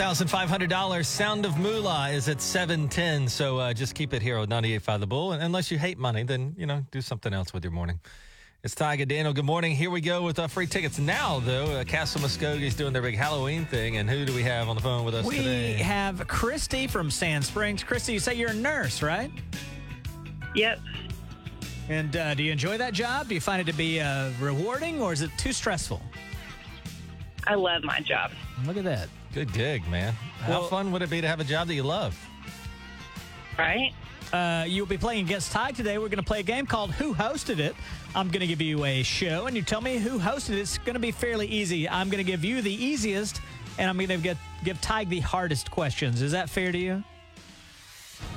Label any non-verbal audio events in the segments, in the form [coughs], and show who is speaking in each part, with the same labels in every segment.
Speaker 1: $1,500 Sound of Moolah is at 710. So uh, just keep it here on 98.5 The Bull. And unless you hate money, then, you know, do something else with your morning. It's Tyga Daniel. Good morning. Here we go with uh, free tickets now, though. Uh, Castle Muskogee is doing their big Halloween thing. And who do we have on the phone with us
Speaker 2: We
Speaker 1: today?
Speaker 2: have Christy from Sand Springs. Christy, you say you're a nurse, right?
Speaker 3: Yep.
Speaker 2: And uh, do you enjoy that job? Do you find it to be uh, rewarding or is it too stressful?
Speaker 3: I love my job.
Speaker 2: Look at that.
Speaker 1: Good gig, man. How
Speaker 2: Well-
Speaker 1: fun would it be to have a job that you love?
Speaker 3: Right?
Speaker 2: Uh, you'll be playing against Ty today. We're going to play a game called Who Hosted It. I'm going to give you a show, and you tell me who hosted it. It's going to be fairly easy. I'm going to give you the easiest, and I'm going to get give Ty the hardest questions. Is that fair to you?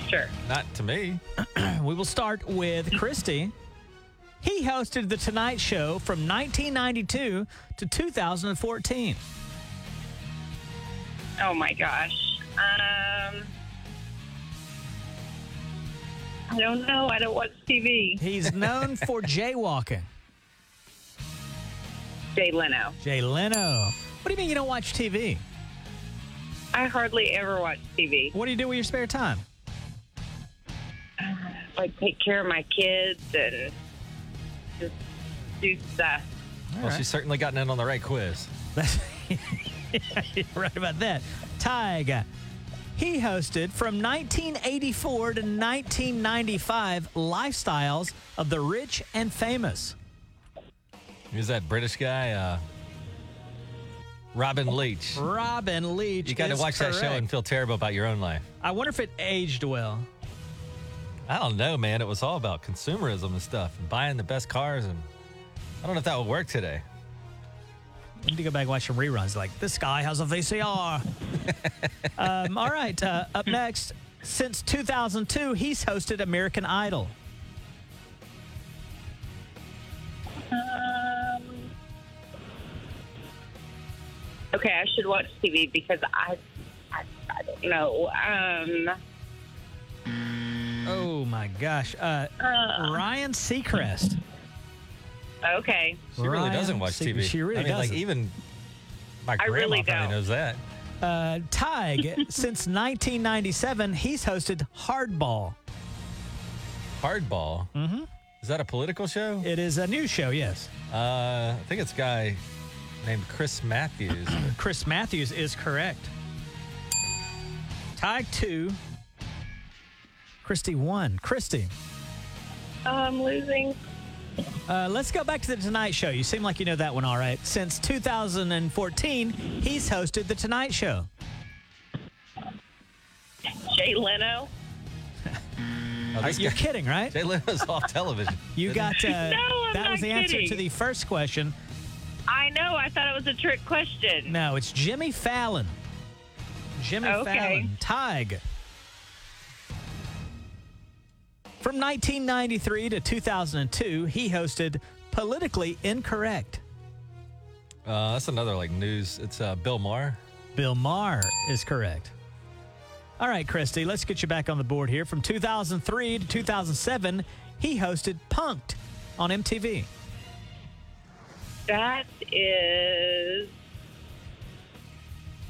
Speaker 3: Sure.
Speaker 1: Not to me.
Speaker 2: We will start with Christy. He hosted The Tonight Show from 1992 to 2014.
Speaker 3: Oh my gosh. Um, I don't know. I don't watch TV.
Speaker 2: He's
Speaker 1: [laughs]
Speaker 2: known for jaywalking.
Speaker 3: Jay Leno.
Speaker 2: Jay Leno. What do you mean you don't watch TV?
Speaker 3: I hardly ever watch TV.
Speaker 2: What do you do with your spare time?
Speaker 3: I take care of my kids and just do stuff.
Speaker 1: well,
Speaker 2: right.
Speaker 1: she's certainly gotten in on the right quiz.
Speaker 2: You're [laughs] right about that. Tyga. He hosted from 1984 to 1995 Lifestyles of the Rich and Famous.
Speaker 1: Who's that British guy? Uh, Robin Leach.
Speaker 2: Robin Leach.
Speaker 1: You got to
Speaker 2: is
Speaker 1: watch that show
Speaker 2: correct.
Speaker 1: and feel terrible about your own life.
Speaker 2: I wonder if it aged well.
Speaker 1: I don't know, man. It was all about consumerism and stuff and buying the best cars. And I don't know if that would work today.
Speaker 2: I need to go back and watch some reruns. Like, this guy has a VCR. um, all right. Uh, up next, since 2002, he's hosted American Idol.
Speaker 3: Um, okay, I should watch TV because I, I, I don't know. Um,
Speaker 2: Oh, my gosh. Uh,
Speaker 3: uh,
Speaker 2: Ryan Seacrest.
Speaker 3: okay.
Speaker 1: She really
Speaker 2: Ryan
Speaker 1: doesn't watch
Speaker 2: Seacrest.
Speaker 1: TV.
Speaker 2: She really
Speaker 1: I mean,
Speaker 2: doesn't.
Speaker 1: Like even my
Speaker 3: I
Speaker 1: grandma probably
Speaker 3: really don't.
Speaker 1: knows that.
Speaker 2: Uh, Tig, since 1997, he's hosted Hardball.
Speaker 1: Hardball. Mm-hmm. Is that a political show?
Speaker 2: It is a new show, yes.
Speaker 1: Uh, I think it's a guy named Chris Matthews.
Speaker 2: [clears throat]
Speaker 1: Oh,
Speaker 2: Chris Matthews is correct. Tig two, Christy one. Christy,
Speaker 3: Oh, I'm losing.
Speaker 2: uh, let's go back to the Tonight Show. You seem like you know that one all right. Since 2014, he's hosted the Tonight Show.
Speaker 3: Jay Leno.
Speaker 1: Oh, this
Speaker 2: You're
Speaker 1: guy-
Speaker 2: kidding, right?
Speaker 1: [laughs] Jay Leno's off television.
Speaker 2: [laughs] You
Speaker 1: Isn't
Speaker 2: got uh,
Speaker 3: [laughs] I'm
Speaker 2: that
Speaker 3: not
Speaker 2: was the answer to
Speaker 3: kidding.
Speaker 2: the first question.
Speaker 3: I know. I thought it was a trick question.
Speaker 2: No, it's Jimmy Fallon. Jimmy
Speaker 3: Okay.
Speaker 2: Fallon. Tig. From 1993 to 2002, he hosted Politically Incorrect.
Speaker 1: he? Uh, that's another like news. It's uh, Bill Maher.
Speaker 2: Bill Maher is correct. All right, Christy, let's get you back on the board here. From 2003 to 2007, he hosted Punked on MTV.
Speaker 3: That is.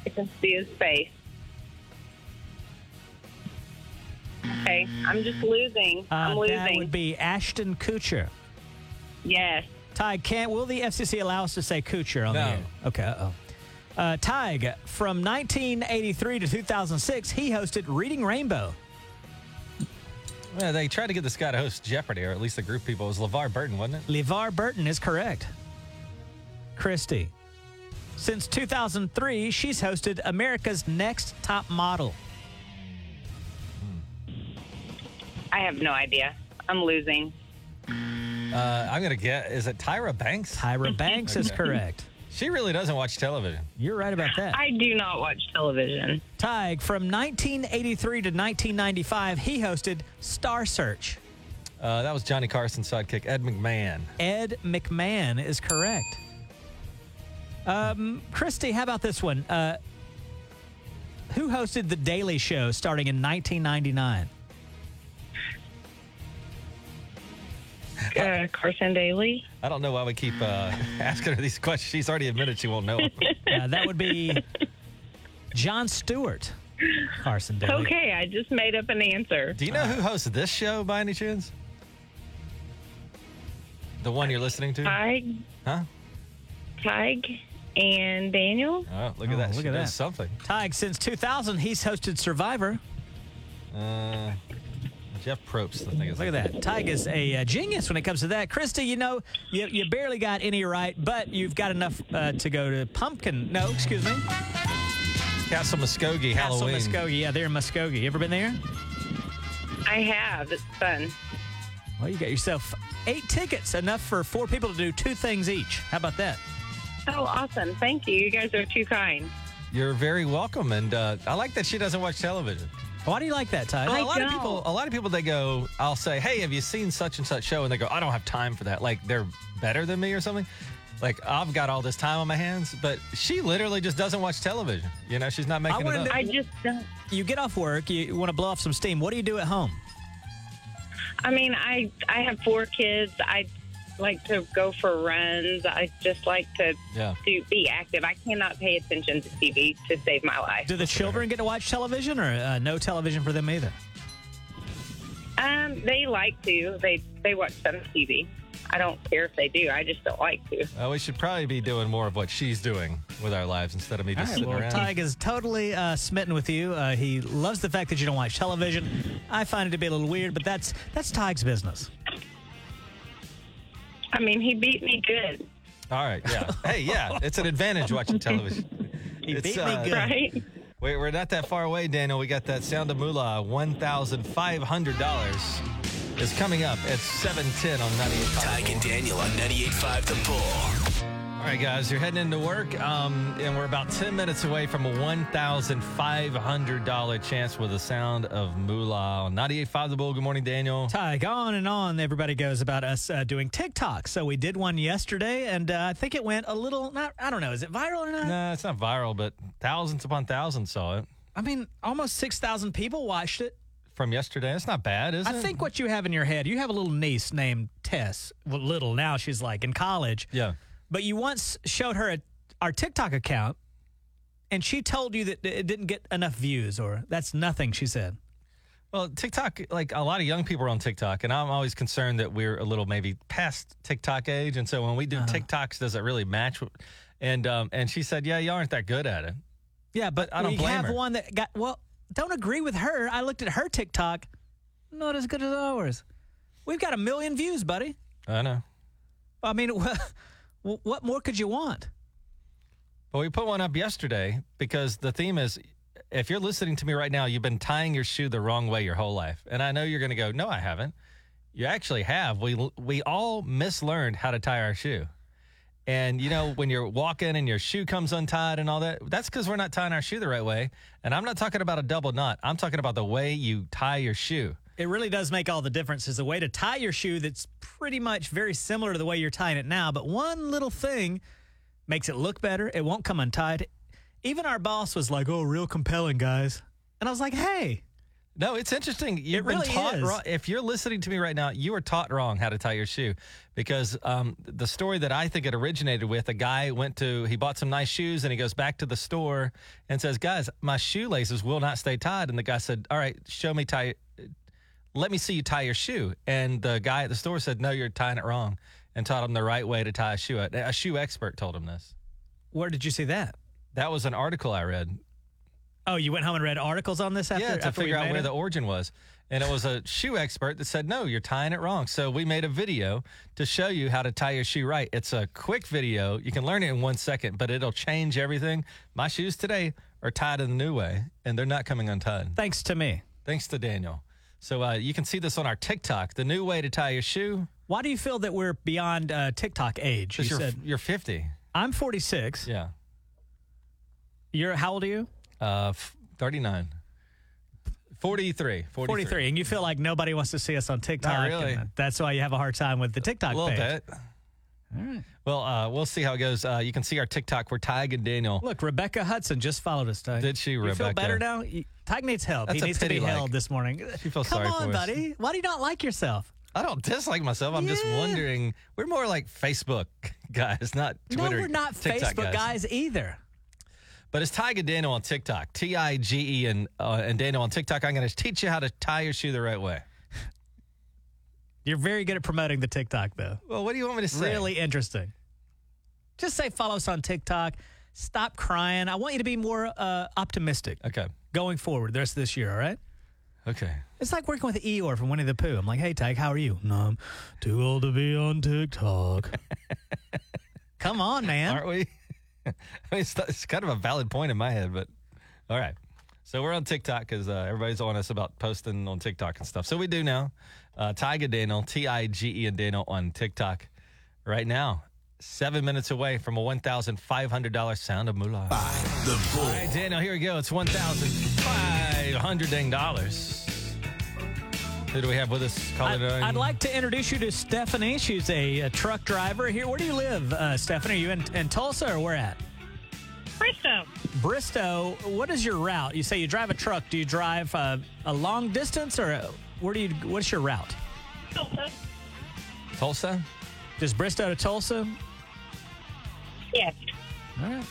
Speaker 3: I can see his face. Okay, I'm just losing. I'm
Speaker 2: Mm. Uh, that
Speaker 3: losing.
Speaker 2: would be Ashton Kutcher.
Speaker 3: yes.
Speaker 2: Tig, can will the FCC allow us to say Kuchar on
Speaker 1: No.
Speaker 2: the air? Okay, uh-oh. Uh, Tig, from 1983 to 2006, he hosted Reading Rainbow.
Speaker 1: Yeah, they tried to get this guy to host Jeopardy, or at least the group people. It was LeVar Burton, wasn't it?
Speaker 2: LeVar Burton is correct. Christy, since 2003, she's hosted America's Next Top Model.
Speaker 3: I have no idea. I'm losing.
Speaker 1: Uh, I'm gonna get. Is it Tyra Banks?
Speaker 3: Mm-hmm.
Speaker 2: Tyra Banks is
Speaker 1: Okay.
Speaker 2: correct.
Speaker 1: She really doesn't watch television.
Speaker 2: You're right about that.
Speaker 3: I do not watch television.
Speaker 2: Tig, from 1983 to 1995, he hosted Star Search.
Speaker 1: Uh, that was Johnny Carson's sidekick, Ed McMahon.
Speaker 2: Ed McMahon is correct. Um, Christy, how about this one? Uh, who hosted The Daily Show starting in 1999?
Speaker 3: Uh, Carson Daly.
Speaker 1: I don't know why we keep [laughs] uh, asking her these questions. She's already admitted she won't know. 'em.
Speaker 2: Uh, that would be John Stewart. Carson Daly.
Speaker 3: Okay, I just made up an answer.
Speaker 1: Do you know who hosts this show by any chance? The one you're listening to?
Speaker 3: Tig,
Speaker 1: Huh?
Speaker 3: Tig, and Daniel.
Speaker 1: Oh, look at
Speaker 2: Oh,
Speaker 1: that.
Speaker 2: look
Speaker 1: she
Speaker 2: at
Speaker 1: knows
Speaker 2: that.
Speaker 1: something.
Speaker 2: Tig, since 2000, he's hosted Survivor.
Speaker 1: Uh, Jeff Probst, I think. is
Speaker 2: Look at that. Tig is a uh, genius when it comes to that. Christy, you know, you, you barely got any right, but you've got enough uh, to go to Pumpkin. No, excuse me.
Speaker 1: Castle Muskogee,
Speaker 2: Castle
Speaker 1: Halloween.
Speaker 2: Muskogee. Yeah, they're in Muskogee. You ever been there?
Speaker 3: I have. It's fun.
Speaker 2: Well, you got yourself eight tickets, enough for four people to do two things each. How about that?
Speaker 3: Oh, awesome. Thank you. You guys are too kind.
Speaker 1: You're very welcome, and uh, I like that she doesn't watch television.
Speaker 2: Why do you like that, Tig?
Speaker 1: a lot of
Speaker 3: don't.
Speaker 1: people, a lot of people, they go, I'll say, "Hey, have you seen such and such show?" And they go, "I don't have time for that." Like they're better than me or something. Like I've got all this time on my hands, but she literally just doesn't watch television. You know, she's not making it
Speaker 2: wanna
Speaker 1: up.
Speaker 2: know-
Speaker 3: I just don't.
Speaker 2: You get off work, you want to blow off some steam. What do you do at home?
Speaker 3: I mean, I I have four kids. I like to go for runs. I just like to
Speaker 1: Yeah.
Speaker 3: do, be active. I cannot pay attention to TV to save my life.
Speaker 2: Do the children get to watch television or uh, no television for them either?
Speaker 3: Um, they like to. They they watch some TV. I don't care if they do. I just don't like to.
Speaker 1: Uh, we should probably be doing more of what she's doing with our lives instead of me just
Speaker 2: All right,
Speaker 1: sitting
Speaker 2: well,
Speaker 1: around.
Speaker 2: Tig is totally uh, smitten with you. Uh, he loves the fact that you don't watch television. I find it to be a little weird, but that's that's Tig's business.
Speaker 3: I mean, he beat me good, [laughs]
Speaker 1: All right, yeah. hey, yeah, it's an advantage watching television.
Speaker 2: [laughs] He
Speaker 1: It's,
Speaker 2: beat me
Speaker 1: uh,
Speaker 2: good.
Speaker 3: right?
Speaker 1: Wait, we're not that far away, Daniel. We got that sound of moolah. One thousand five hundred dollars is coming up at seven ten on ninety eight.
Speaker 4: Tyke and Daniel on 98.5 The Bull.
Speaker 1: All right, guys, you're heading into work, um, and we're about 10 minutes away from a $1,500 chance with the sound of moolah on 98.5 The Bull. Good morning, Daniel.
Speaker 2: Tig, on and on everybody goes about us uh, doing TikTok. So we did one yesterday, and uh, I think it went a little, not, I don't know, is it viral or not?
Speaker 1: Nah, it's not viral, but thousands upon thousands saw it
Speaker 2: I mean, almost 6,000 people watched it.
Speaker 1: from yesterday. It's not bad, is
Speaker 2: I
Speaker 1: it?
Speaker 2: think what you have in your head, you have a little niece named Tess. Well, little now, she's like in college.
Speaker 1: Yeah.
Speaker 2: But you once showed her a, our TikTok account, and she told you that it didn't get enough views, or that's nothing, she said.
Speaker 1: Well, TikTok, like a lot of young people are on TikTok, and I'm always concerned that we're a little maybe past TikTok age, and so when we do
Speaker 2: Uh-huh.
Speaker 1: TikToks, does it really match? what- And um, and she said, yeah, you aren't that good at it.
Speaker 2: Yeah, but
Speaker 1: I don't
Speaker 2: we
Speaker 1: blame
Speaker 2: have
Speaker 1: her.
Speaker 2: one that got, well, don't agree with her. I looked at her TikTok, not as good as ours. We've got a million views, buddy.
Speaker 1: I know.
Speaker 2: I mean, [laughs] wh- what more could you want?
Speaker 1: Well, we put one up yesterday because the theme is if you're listening to me right now, you've been tying your shoe the wrong way your whole life. And I know you're going to go, no, I haven't. You actually have. We, we all mislearned how to tie our shoe. And you know, when you're walking and your shoe comes untied and all that, that's because we're not tying our shoe the right way. And I'm not talking about a double knot, I'm talking about the way you tie your shoe.
Speaker 2: It really does make all the difference. Is a way to tie your shoe that's pretty much very similar to the way you're tying it now, but one little thing makes it look better. It won't come untied. Even our boss was like, "Oh, real compelling, guys," and I was like, "Hey,
Speaker 1: No, it's interesting. You've
Speaker 2: really
Speaker 1: been taught
Speaker 2: is.
Speaker 1: wrong. If you're listening to me right now, you were taught wrong how to tie your shoe because um, the story that I think it originated with a guy went to, he bought some nice shoes and he goes back to the store and says, Guys, my shoelaces will not stay tied. And the guy said, All right, show me tie, let me see you tie your shoe. And the guy at the store said, No, you're tying it wrong and taught him the right way to tie a shoe. A a shoe expert told him this.
Speaker 2: where did you see that?"
Speaker 1: That was an article I read
Speaker 2: Oh, you went home and read articles on this after
Speaker 1: yeah, to
Speaker 2: after we
Speaker 1: figure out
Speaker 2: made
Speaker 1: where
Speaker 2: it?
Speaker 1: the origin was. And it was a shoe expert that said, no, you're tying it wrong. So we made a video to show you how to tie your shoe right. It's a quick video. You can learn it in one second, but it'll change everything. My shoes today are tied in the new way, and they're not coming untied.
Speaker 2: thanks to me.
Speaker 1: Thanks to Daniel. So uh, you can see this on our TikTok, the new way to tie your shoe.
Speaker 2: Why do you feel that we're beyond uh, TikTok age? You
Speaker 1: Because you're,
Speaker 2: said
Speaker 1: you're 50.
Speaker 2: I'm 46.
Speaker 1: Yeah.
Speaker 2: You're how old are you?
Speaker 1: Uh, f- 39. 43. 43.
Speaker 2: 43, and you feel like nobody wants to see us on TikTok.
Speaker 1: Not really.
Speaker 2: and That's why you have a hard time with the TikTok
Speaker 1: A little
Speaker 2: page.
Speaker 1: bit. All right. Well, uh, we'll see how it goes. Uh, you can see our TikTok. We're Tig and Daniel.
Speaker 2: Look, Rebecca Hudson just followed us. Tyke.
Speaker 1: Did she,
Speaker 2: You
Speaker 1: Rebecca?
Speaker 2: feel better now? You- Tyke needs help.
Speaker 1: That's
Speaker 2: he
Speaker 1: a
Speaker 2: needs to be
Speaker 1: pity, like.
Speaker 2: held this morning.
Speaker 1: She feels
Speaker 2: Come
Speaker 1: sorry
Speaker 2: on,
Speaker 1: for us.
Speaker 2: buddy. Why do you not like yourself?
Speaker 1: I don't dislike myself. I'm just
Speaker 2: Yeah.
Speaker 1: wondering. We're more like Facebook guys, not Twitter.
Speaker 2: no, we're not
Speaker 1: TikTok
Speaker 2: Facebook guys. either.
Speaker 1: But it's Tyga Daniel on TikTok, T I G E and uh, and Daniel on TikTok. I'm going to teach you how to tie your shoe the right way.
Speaker 2: You're very good at promoting the TikTok, though.
Speaker 1: Well, what do you want me to say?
Speaker 2: Really interesting. Just say follow us on TikTok. Stop crying. I want you to be more uh, optimistic
Speaker 1: Okay.
Speaker 2: going forward the rest of this year, all right?
Speaker 1: Okay.
Speaker 2: It's like working with Eeyore from Winnie the Pooh. I'm like, hey, Tyke, how are you? No, I'm too old to be on TikTok. [laughs] Come on, man.
Speaker 1: Aren't we? [laughs] I mean, it's, it's kind of a valid point in my head, but all right. So we're on TikTok because uh, everybody's on us about posting on TikTok and stuff. So we do now. Uh, Tyga Daniel, T I G E and Daniel on TikTok right now. Seven minutes away from a $1,500 sound of moolah.
Speaker 4: Ah. The Bull.
Speaker 1: All right, Daniel, here we go. It's $1,500 dang dollars. Who do we have with us? Call
Speaker 2: I'd,
Speaker 1: it in.
Speaker 2: I'd like to introduce you to Stephanie. She's a, uh truck driver here. Where do you live, uh, Stephanie? Are you in, in Tulsa or where at?
Speaker 3: Bristow.
Speaker 2: Bristow. What is your route? You say you drive a truck. Do you drive uh, a long distance or uh, where do you? What's your route?
Speaker 1: Tulsa?
Speaker 2: Just Bristow to Tulsa?
Speaker 3: Yes.
Speaker 2: All right.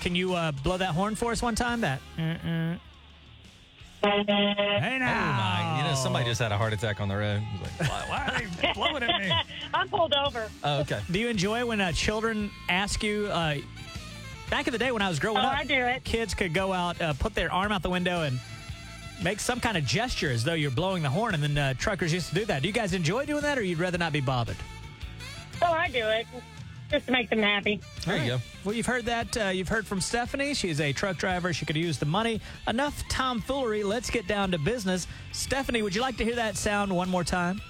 Speaker 2: Can you uh, blow that horn for us one time? That. Uh-uh. Hey now.
Speaker 1: Oh My, you know, somebody just had a heart attack on the road. It was like, [laughs] "Why- why are they blowing at me?"
Speaker 3: I'm pulled over.
Speaker 1: Oh, okay.
Speaker 2: Do you enjoy when uh, children ask you? Uh, back in the day when I was growing
Speaker 3: Oh,
Speaker 2: up,
Speaker 3: I do it.
Speaker 2: kids could go out, uh, put their arm out the window, and make some kind of gesture as though you're blowing the horn. And then uh, truckers used to do that. Do you guys enjoy doing that, or you'd rather not be bothered?
Speaker 3: Oh, I do it just to make them happy.
Speaker 1: There you go.
Speaker 2: Well, you've heard that. Uh, you've heard from Stephanie. She's a truck driver. She could use the money. Enough tomfoolery. Let's get down to business. Stephanie, would you like to hear that sound one more time?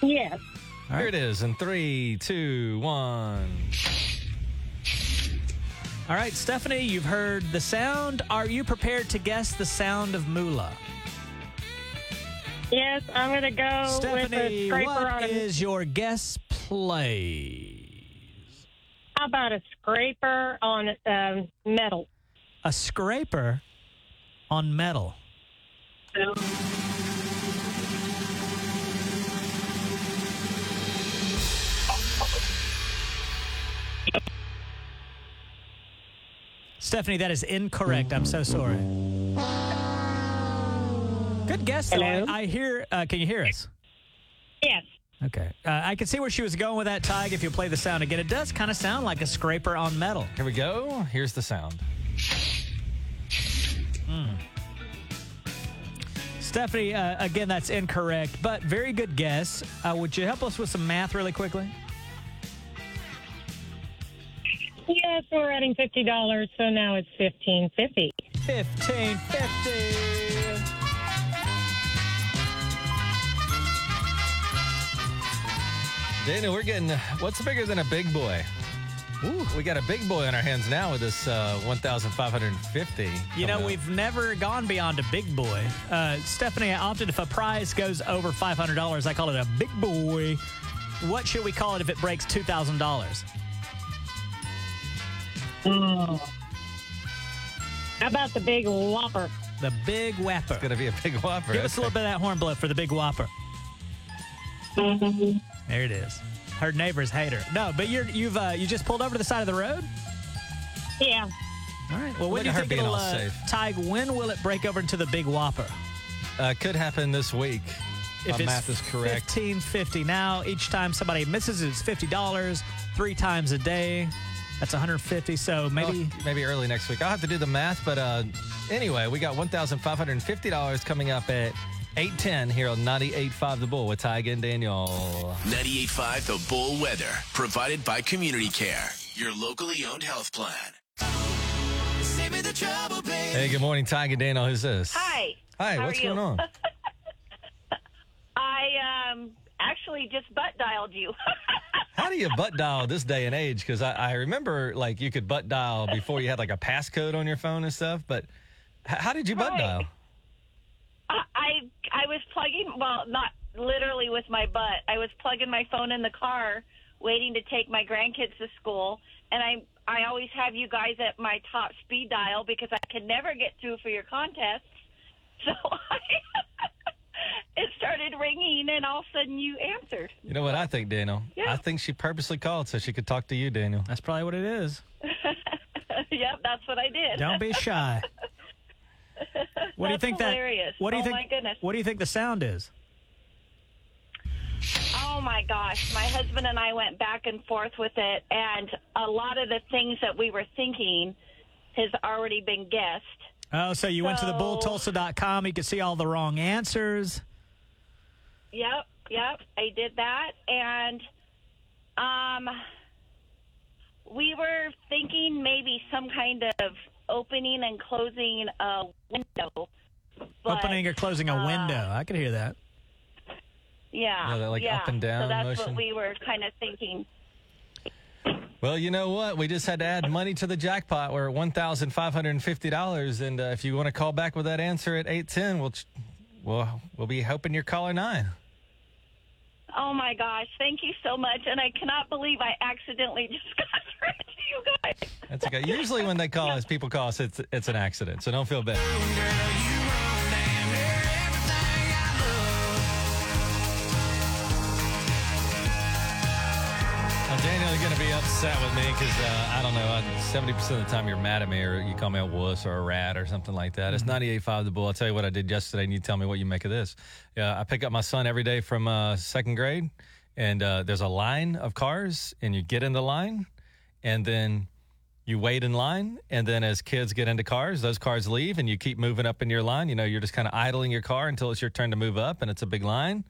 Speaker 3: Yes.
Speaker 1: Here it is in three, two, one.
Speaker 2: All right, Stephanie, you've heard the sound. Are you prepared to guess the sound of moolah?
Speaker 3: Yes, I'm gonna go with a
Speaker 2: Stephanie,
Speaker 3: scraper
Speaker 2: what
Speaker 3: on. a-
Speaker 2: is your guess play?
Speaker 3: how about a scraper on um, metal?
Speaker 2: A scraper on metal. Stephanie, that is incorrect. I'm so sorry. Good guess, though. I,
Speaker 3: Hello?
Speaker 2: I hear. Uh, can you hear us?
Speaker 3: Yes.
Speaker 2: Okay. Uh, I can see where she was going with that, Tig, if you play the sound again. It does kind of sound like a scraper on metal.
Speaker 1: Here we go. Here's the sound.
Speaker 2: Stephanie, uh, again, that's incorrect, but very good guess. Uh, would you help us with some math really quickly?
Speaker 3: Yes, we're adding fifty dollars, so now it's fifteen fifty.
Speaker 2: 1550.
Speaker 1: Dana, we're getting what's bigger than a big boy? Ooh, we got a big boy on our hands now with this uh, 1,550.
Speaker 2: You
Speaker 1: coming
Speaker 2: know,
Speaker 1: up.
Speaker 2: we've never gone beyond a big boy. Uh, Stephanie, I opted if a prize goes over $500, I call it a big boy. What should we call it if it breaks $2,000?
Speaker 3: How about the big whopper?
Speaker 2: The big whopper.
Speaker 1: gonna be a big whopper.
Speaker 2: Give us a little bit of that horn blow for the big whopper.
Speaker 1: Mm-hmm.
Speaker 2: There it is. Her neighbors hate her. No, but you're, you've uh, you just pulled over to the side of the road.
Speaker 3: Yeah.
Speaker 2: All right. Well,
Speaker 1: Look
Speaker 2: when do
Speaker 1: at
Speaker 2: you
Speaker 1: her
Speaker 2: think
Speaker 1: being
Speaker 2: it'll
Speaker 1: all
Speaker 2: uh,
Speaker 1: safe.
Speaker 2: Tig, when will it break over into the Big Whopper?
Speaker 1: Uh, could happen this week. If My math is correct.
Speaker 2: fifteen fifty now, each time somebody misses, it's fifty dollars. Three times a day, that's one hundred fifty. So maybe
Speaker 1: Oh, maybe early next week. I'll have to do the math, but uh, anyway, we got $1,550 coming up at 810 here on 98.5 The Bull with Ty and Daniel.
Speaker 4: 98.5 The Bull Weather. Provided by Community Care, your locally owned health plan. Save me the trouble, babe.
Speaker 1: Hey, good morning, Ty and Daniel. Who's this?
Speaker 5: Hi.
Speaker 1: Hi,
Speaker 5: How
Speaker 1: what's
Speaker 5: are you?
Speaker 1: going on?
Speaker 5: I um actually just butt dialed
Speaker 6: [laughs]
Speaker 5: you.
Speaker 1: How do you butt dial this day and age? Because I, I remember like you could butt dial before you had like a passcode on your phone and stuff. But h- how did you butt
Speaker 5: Right.
Speaker 1: dial?
Speaker 5: I I- I was plugging well, not literally with my butt. I was plugging my phone in the car waiting to take my grandkids to school and I I always have you guys at my top speed dial because I could never get through for your contests. [laughs] So I [laughs] it started ringing and all of a sudden you answered. [laughs]
Speaker 1: You know what I think, Daniel?
Speaker 5: Yeah.
Speaker 1: I think she purposely called so she could talk to you, Daniel.
Speaker 2: that's probably what it is.
Speaker 5: yep, that's what I
Speaker 1: Oh.
Speaker 5: did.
Speaker 2: Don't
Speaker 1: [laughs]
Speaker 2: be shy. What do you
Speaker 5: That's
Speaker 2: think
Speaker 5: hilarious.
Speaker 2: that? What do you
Speaker 5: Oh,
Speaker 2: think?
Speaker 5: my goodness.
Speaker 2: What do you think the sound is?
Speaker 5: Oh my gosh, my husband and I went back and forth with it, and a lot of the things that we were thinking has already been guessed.
Speaker 2: Oh, so you went to the
Speaker 5: So-
Speaker 2: bulltulsa.com. You could see all the wrong answers.
Speaker 5: Yep, yep, I did that, and um, we were thinking maybe some kind of opening and closing a window. But,
Speaker 2: Opening or closing a
Speaker 5: uh,
Speaker 2: window. I could hear that.
Speaker 5: Yeah,
Speaker 1: Yeah, that, like,
Speaker 5: yeah.
Speaker 1: up and down
Speaker 5: So that's
Speaker 1: motion.
Speaker 5: what we were kind of thinking.
Speaker 1: Well, you know what? We just had to add money to the jackpot. We're at one thousand five hundred and fifty dollars, and uh, if you want to call back with that answer at eight ten, we'll ch- we'll we'll be hoping you're caller nine.
Speaker 5: Oh my gosh, thank you so much. And I cannot believe I accidentally [laughs] just got through to you guys.
Speaker 1: That's okay. Usually, when they call us, people call us. It's it's an accident, so don't feel bad. Now, Daniel's going to be upset with me because uh, I don't know. Seventy percent of the time, you're mad at me, or you call me a wuss or a rat or something like that. It's ninety-eight-five the bull. I'll tell you what I did yesterday, and you tell me what you make of this. Yeah, I pick up my son every day from uh, second grade, and uh, there's a line of cars, and you get in the line, and then you wait in line and then as kids get into cars those cars leave and you keep moving up in your line you know you're just kind of idling your car until it's your turn to move up and it's a big line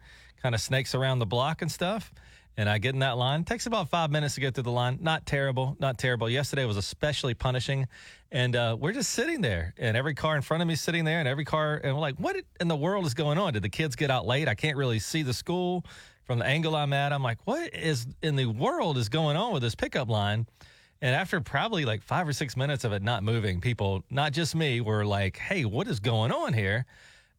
Speaker 1: kind of snakes around the block and stuff and i get in that line takes about five minutes to get through the line not terrible not terrible yesterday was especially punishing and uh, we're just sitting there and every car in front of me is sitting there and every car and we're like what in the world is going on did the kids get out late i can't really see the school from the angle i'm at i'm like what is in the world is going on with this pickup line and after probably like five or six minutes of it not moving, people, not just me, were like, hey, what is going on here?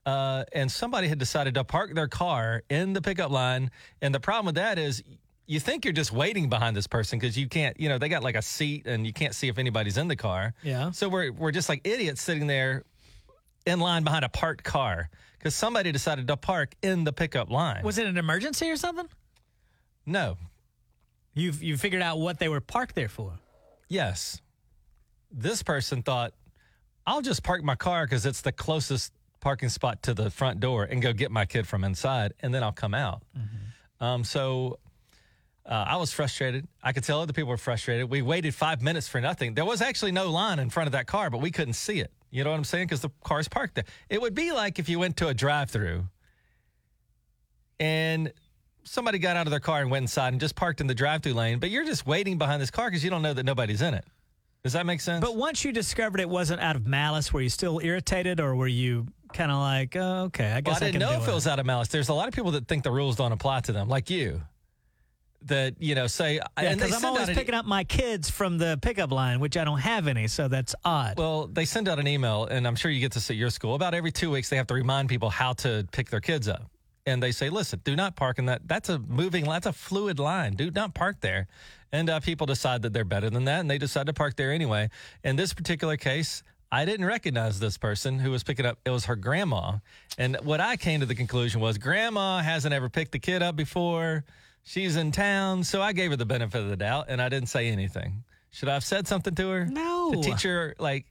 Speaker 1: Uh, and somebody had decided to park their car in the pickup line. And the problem with that is you think you're just waiting behind this person because you can't, you know, they got like a seat and you can't see if anybody's in the car.
Speaker 2: Yeah.
Speaker 1: So we're, we're just like idiots sitting there in line behind a parked car because somebody decided to park in the pickup line.
Speaker 2: Was it an emergency or something?
Speaker 1: no.
Speaker 2: You've you figured out what they were parked there for.
Speaker 1: Yes. This person thought, I'll just park my car because it's the closest parking spot to the front door and go get my kid from inside, and then I'll come out. Um, so uh, I was frustrated. I could tell other people were frustrated. We waited five minutes for nothing. There was actually no line in front of that car, but we couldn't see it. You know what I'm saying? Because the car's parked there. It would be like if you went to a drive through and somebody got out of their car and went inside and just parked in the drive through lane, but you're just waiting behind this car because you don't know that nobody's in it. Does that make sense?
Speaker 2: But once you discovered it wasn't out of malice, were you still irritated or were you kind of like, oh, okay, I
Speaker 1: Well,
Speaker 2: guess
Speaker 1: I didn't
Speaker 2: can
Speaker 1: know
Speaker 2: do
Speaker 1: if it was out of malice. There's a lot of people that think the rules don't apply to them, like you, that, you know, say,
Speaker 2: Yeah,
Speaker 1: and they
Speaker 2: because I'm
Speaker 1: send
Speaker 2: always
Speaker 1: out an-
Speaker 2: picking up my kids from the pickup line, which I don't have any, so that's odd.
Speaker 1: Well, they send out an email, and I'm sure you get this at your school. About every two weeks, they have to remind people how to pick their kids up. And they say, listen, do not park in that. That's a moving, that's a fluid line. Do not park there. And uh, people decide that they're better than that, and they decide to park there anyway. In this particular case, I didn't recognize this person who was picking up. It was her grandma. And what I came to the conclusion was grandma hasn't ever picked the kid up before. She's in town. So I gave her the benefit of the doubt, and I didn't say anything. Should I have said something to her?
Speaker 2: No.
Speaker 1: To teach teacher, like,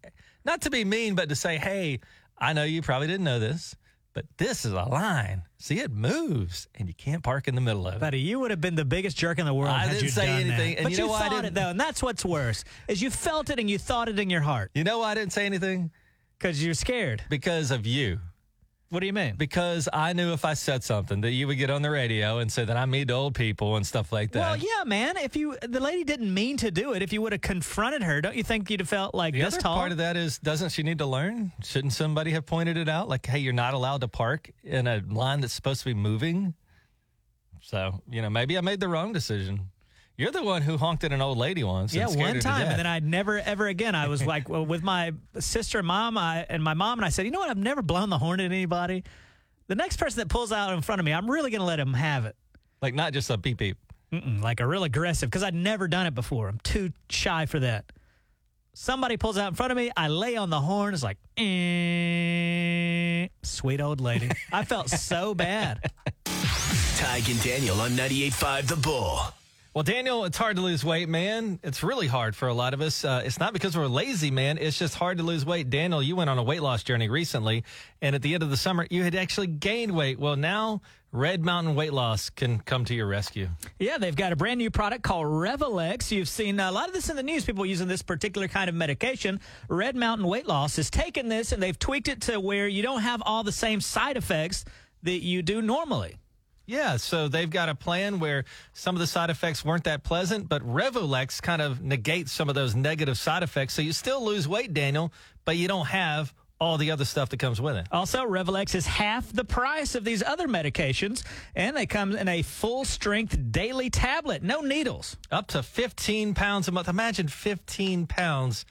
Speaker 1: not to be mean, but to say, hey, I know you probably didn't know this, but this is a line. See, it moves, and you can't park in the middle of it.
Speaker 2: Buddy, you would have been the biggest jerk in the world.
Speaker 1: I
Speaker 2: had
Speaker 1: didn't
Speaker 2: you
Speaker 1: say
Speaker 2: done that.
Speaker 1: anything, and
Speaker 2: but
Speaker 1: you know why I
Speaker 2: thought it
Speaker 1: didn't?
Speaker 2: though, and that's what's worse is you felt it and you thought it in your heart
Speaker 1: You know why I didn't say anything?
Speaker 2: because you're scared.
Speaker 1: Because of you.
Speaker 2: What do you mean?
Speaker 1: Because I knew if I said something that you would get on the radio and say that I'm mean to old people and stuff like that.
Speaker 2: Well, yeah, man. If you the lady didn't mean to do it, if you would have confronted her, don't you think you'd have felt like
Speaker 1: The
Speaker 2: this
Speaker 1: other
Speaker 2: tall?
Speaker 1: part of that is, doesn't she need to learn? Shouldn't somebody have pointed it out? Like, hey, you're not allowed to park in a line that's supposed to be moving. So, you know, maybe I made the wrong decision. You're the one who honked at an old lady once.
Speaker 2: yeah,
Speaker 1: and scared
Speaker 2: one
Speaker 1: her to
Speaker 2: time,
Speaker 1: death.
Speaker 2: and then I never ever again. I was like well, with my sister, and mom, I, and my mom, and I said, you know what? I've never blown the horn at anybody. The next person that pulls out in front of me, I'm really going to let him have it.
Speaker 1: like not just a beep beep.
Speaker 2: Mm-mm, like a real aggressive because I'd never done it before. I'm too shy for that. Somebody pulls out in front of me. I lay on the horn. It's like, eh, sweet old lady. I felt so bad.
Speaker 4: Ty and Daniel on 98.5 The Bull.
Speaker 1: Well, Daniel, it's hard to lose weight, man. It's really hard for a lot of us. Uh, it's not because we're lazy, man. It's just hard to lose weight. Daniel, you went on a weight loss journey recently, and at the end of the summer, you had actually gained weight. Well, now Red Mountain Weight Loss can come to your rescue.
Speaker 2: Yeah, they've got a brand new product called Revelex. You've seen a lot of this in the news, people using this particular kind of medication. Red Mountain Weight Loss has taken this and they've tweaked it to where you don't have all the same side effects that you do normally.
Speaker 1: Yeah, so they've got a plan where some of the side effects weren't that pleasant, but Revolex kind of negates some of those negative side effects. So you still lose weight, Daniel, but you don't have all the other stuff that comes with it.
Speaker 2: Also, Revelex is half the price of these other medications, and they come in a full strength daily tablet, no needles.
Speaker 1: Up to 15 pounds a month. Imagine 15 pounds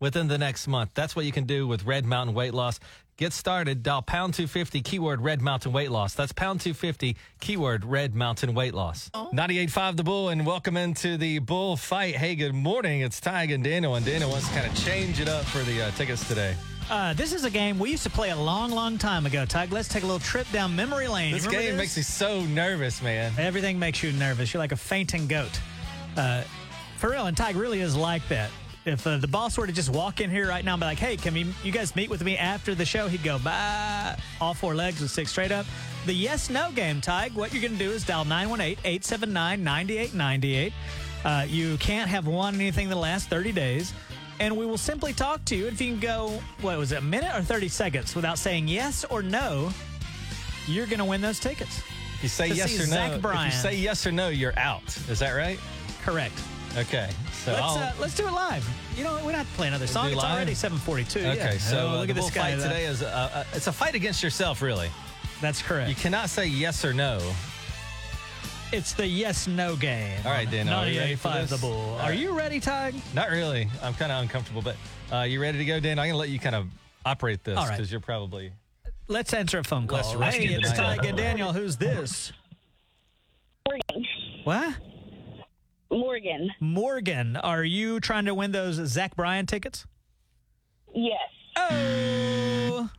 Speaker 1: within the next month. That's what you can do with Red Mountain Weight Loss. Get started. Dial pound 250, keyword Red Mountain Weight Loss. That's pound 250, keyword Red Mountain Weight Loss. 98.5 The Bull, and welcome into the Bull Fight. Hey, good morning. It's Ty and Daniel, and Daniel wants to kind of change it up for the uh, tickets today.
Speaker 2: Uh, this is a game we used to play a long, long time ago. Tug, let's take a little trip down memory lane.
Speaker 1: This
Speaker 2: Remember
Speaker 1: game makes me so nervous, man.
Speaker 2: Everything makes you nervous. You're like a fainting goat. Uh, for real, and Tig really is like that. If uh, the boss were to just walk in here right now and be like, hey, can we, you guys meet with me after the show? He'd go, bye. All four legs with six straight up. The yes no game, Tig, what you're going to do is dial 918 879 9898. Uh, You can't have won anything in the last 30 days. And we will simply talk to you. If you can go, what was it, a minute or 30 seconds without saying yes or no, you're going to win those tickets.
Speaker 1: If you say
Speaker 2: To
Speaker 1: yes
Speaker 2: see
Speaker 1: or no,
Speaker 2: Zach
Speaker 1: if you
Speaker 2: Bryan.
Speaker 1: say yes or no, you're out. Is that right?
Speaker 2: Correct.
Speaker 1: Okay. So
Speaker 2: Let's,
Speaker 1: I'll-
Speaker 2: uh, let's do it live. You know, we're not playing another song.
Speaker 1: do
Speaker 2: It's
Speaker 1: live?
Speaker 2: already 742.
Speaker 1: okay.
Speaker 2: yeah.
Speaker 1: So
Speaker 2: Oh,
Speaker 1: uh,
Speaker 2: look
Speaker 1: the
Speaker 2: at this
Speaker 1: bull
Speaker 2: guy.
Speaker 1: fight today is uh, uh, it's a fight against yourself, really.
Speaker 2: That's correct.
Speaker 1: You cannot say yes or no.
Speaker 2: [laughs] It's the yes-no game.
Speaker 1: All right, Daniel, are you ready for
Speaker 2: 98.5 The
Speaker 1: this?
Speaker 2: Bull.
Speaker 1: All
Speaker 2: Are
Speaker 1: right.
Speaker 2: you ready, Tig?
Speaker 1: Not really. I'm kind of uncomfortable, but uh, you ready to go, Dan? I'm gonna let you kind of operate this
Speaker 2: All
Speaker 1: because
Speaker 2: right.
Speaker 1: you're probably.
Speaker 2: Let's answer a phone call.
Speaker 1: Less rusty
Speaker 2: hey,
Speaker 1: than
Speaker 2: it's
Speaker 1: I am.
Speaker 2: Tig and Daniel. Who's this?
Speaker 6: Morgan.
Speaker 2: What?
Speaker 6: Morgan.
Speaker 2: Morgan. Are you trying to win those Zach Bryan tickets?
Speaker 6: Yes.
Speaker 2: Oh.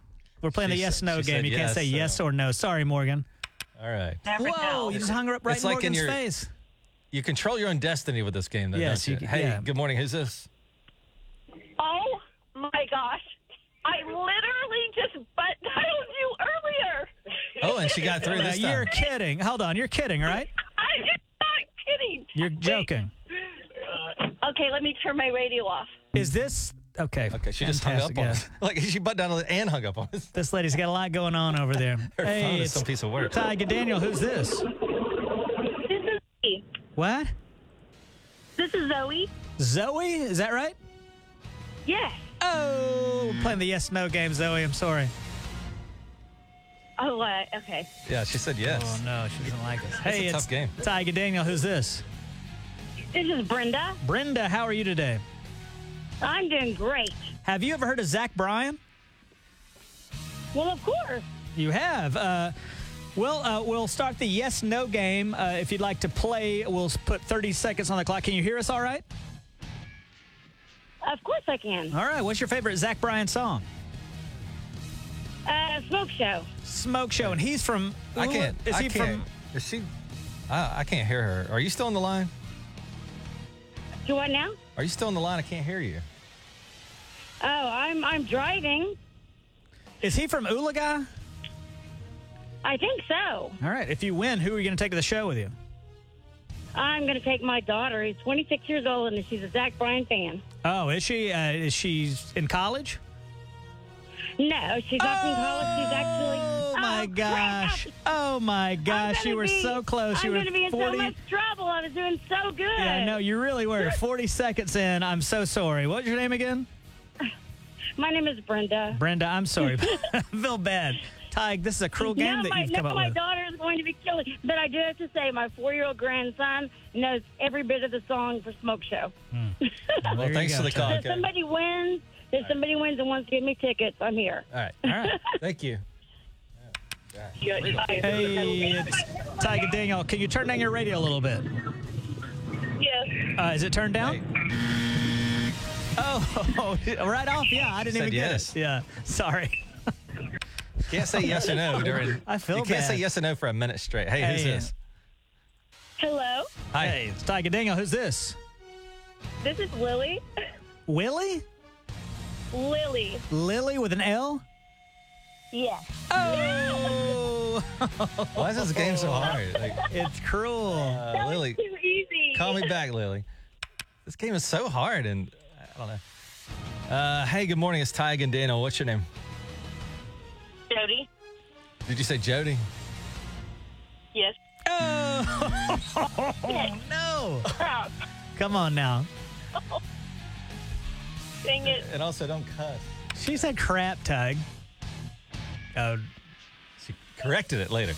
Speaker 2: We're playing
Speaker 1: She
Speaker 2: the
Speaker 1: said-
Speaker 2: yes-no
Speaker 1: she said
Speaker 2: game. You can't
Speaker 1: yes,
Speaker 2: say
Speaker 1: so-
Speaker 2: yes or no. Sorry, Morgan.
Speaker 1: All right.
Speaker 5: Never
Speaker 2: Whoa,
Speaker 5: know.
Speaker 2: you just hung her up right
Speaker 1: It's
Speaker 2: in
Speaker 1: like in
Speaker 2: Morgan's
Speaker 1: your-
Speaker 2: face.
Speaker 1: You control your own destiny with this game, though.
Speaker 2: Yes,
Speaker 1: don't you?
Speaker 2: you-
Speaker 1: hey,
Speaker 2: yeah.
Speaker 1: good morning. Who's this?
Speaker 5: Oh my gosh. I literally just butt dialed you earlier.
Speaker 1: Oh, and she got through
Speaker 2: Now,
Speaker 1: this time.
Speaker 2: you're kidding. Hold on. You're kidding, right?
Speaker 5: I'm just not kidding.
Speaker 2: You're joking.
Speaker 5: Okay, let me turn my radio off.
Speaker 2: Is this okay?
Speaker 1: Okay, she just hung up
Speaker 2: fantastic,
Speaker 1: on
Speaker 2: yeah.
Speaker 1: us. [laughs] Like she butt down on us and hung up on
Speaker 2: [laughs]
Speaker 1: us.
Speaker 2: This lady's got a lot going on over there.
Speaker 1: [laughs] Her phone
Speaker 2: hey,
Speaker 1: is
Speaker 2: it's
Speaker 1: some piece of work.
Speaker 2: Tiger Daniel. Who's this?
Speaker 5: This is me.
Speaker 2: What?
Speaker 5: This is Zoe.
Speaker 2: Zoe? Is that right?
Speaker 5: Yes.
Speaker 2: Oh,
Speaker 1: Hmm.
Speaker 2: playing the yes/no game, Zoe. I'm sorry.
Speaker 5: Oh, uh, okay.
Speaker 1: Yeah, she said yes.
Speaker 2: Oh no, she doesn't like us. Hey,
Speaker 1: a
Speaker 2: it's
Speaker 1: tough game.
Speaker 2: Tiger Daniel. Who's this?
Speaker 5: This is Brenda.
Speaker 2: Brenda. How are you today?
Speaker 5: I'm doing great.
Speaker 2: Have you ever heard of Zach Bryan?
Speaker 5: Well, of course.
Speaker 2: You have. Uh, well, uh, we'll start the yes/no game. Uh, if you'd like to play, we'll s- put 30 seconds on the clock. Can you hear us? All right.
Speaker 5: Of course I can.
Speaker 2: All right. What's your favorite Zach Bryan song?
Speaker 5: Uh, smoke show.
Speaker 2: Smoke Show, and he's from.
Speaker 1: I can't.
Speaker 2: Is
Speaker 1: I
Speaker 2: he
Speaker 1: can't.
Speaker 2: from?
Speaker 1: Is she? I, I can't hear her. Are you still on the line?
Speaker 5: Do I now?
Speaker 1: Are you still on the line? I can't hear you.
Speaker 5: Oh, I'm I'm driving.
Speaker 2: Is he from Oolaga?
Speaker 5: I think so.
Speaker 2: All right. If you win, who are you going to take to the show with you?
Speaker 5: I'm going to take my daughter. She's 26 years old and she's a Zach Bryan fan.
Speaker 2: Oh, is she? Uh, is she in college?
Speaker 5: No, she's not from college. She's actually.
Speaker 2: Oh my
Speaker 5: crap.
Speaker 2: gosh! Oh my
Speaker 5: I'm
Speaker 2: gosh!
Speaker 5: gonna
Speaker 2: You were
Speaker 5: be-
Speaker 2: so close. You
Speaker 5: I'm
Speaker 2: were
Speaker 5: gonna be in
Speaker 2: forty.
Speaker 5: so much trouble. I was doing so good.
Speaker 2: yeah, no, you really were. Forty seconds in. I'm so sorry. What's your name again?
Speaker 5: My name is Brenda.
Speaker 2: Brenda. I'm sorry.
Speaker 5: [laughs]
Speaker 2: [laughs] I feel bad. Tig, this is a cruel game
Speaker 5: now
Speaker 2: that
Speaker 5: my,
Speaker 2: you've come
Speaker 5: now
Speaker 2: up
Speaker 5: my
Speaker 2: with.
Speaker 5: daughter is going to be killing. But I do have to say, my four-year-old grandson knows every bit of the song for Smoke Show.
Speaker 2: There
Speaker 1: Well,
Speaker 2: you
Speaker 1: thanks
Speaker 2: go,
Speaker 1: for the
Speaker 2: Tig.
Speaker 1: call.
Speaker 5: So
Speaker 1: Okay.
Speaker 5: If somebody wins, if somebody wins and wants to give me tickets, I'm here.
Speaker 1: All right.
Speaker 2: All right.
Speaker 1: Thank you.
Speaker 2: Hey, it's Tiger Daniel. Can you turn down your radio a little bit?
Speaker 5: Yes.
Speaker 2: Uh, is it turned down?
Speaker 1: Hey.
Speaker 2: Oh, [laughs] right off. Yeah, I didn't
Speaker 1: Said
Speaker 2: even
Speaker 1: yes.
Speaker 2: get it. Yeah, sorry.
Speaker 1: Can't say yes or no during.
Speaker 2: I feel [laughs]
Speaker 1: You can't
Speaker 2: bad.
Speaker 1: say yes or no for a minute straight. Hey, who's
Speaker 2: Hey,
Speaker 1: this?
Speaker 6: Hello.
Speaker 2: Hi. Hey, it's Ty Gadingo. Who's this?
Speaker 6: This is Lily.
Speaker 2: Willie?
Speaker 6: Lily.
Speaker 2: Lily with an L?
Speaker 6: Yes.
Speaker 2: Oh!
Speaker 1: Why is this game so hard? Like,
Speaker 6: [laughs]
Speaker 2: it's cruel.
Speaker 1: uh, Lily,
Speaker 6: Too easy.
Speaker 1: call me back, Lily. This game is so hard, and I don't know. Uh, hey, good morning. It's Ty and Daniel. What's your name?
Speaker 5: Jody?
Speaker 1: Did you say Jody?
Speaker 5: Yes.
Speaker 2: No! Come on now.
Speaker 5: Dang it.
Speaker 1: And also, don't cuss.
Speaker 2: She said crap tag. Oh,
Speaker 1: She corrected it later.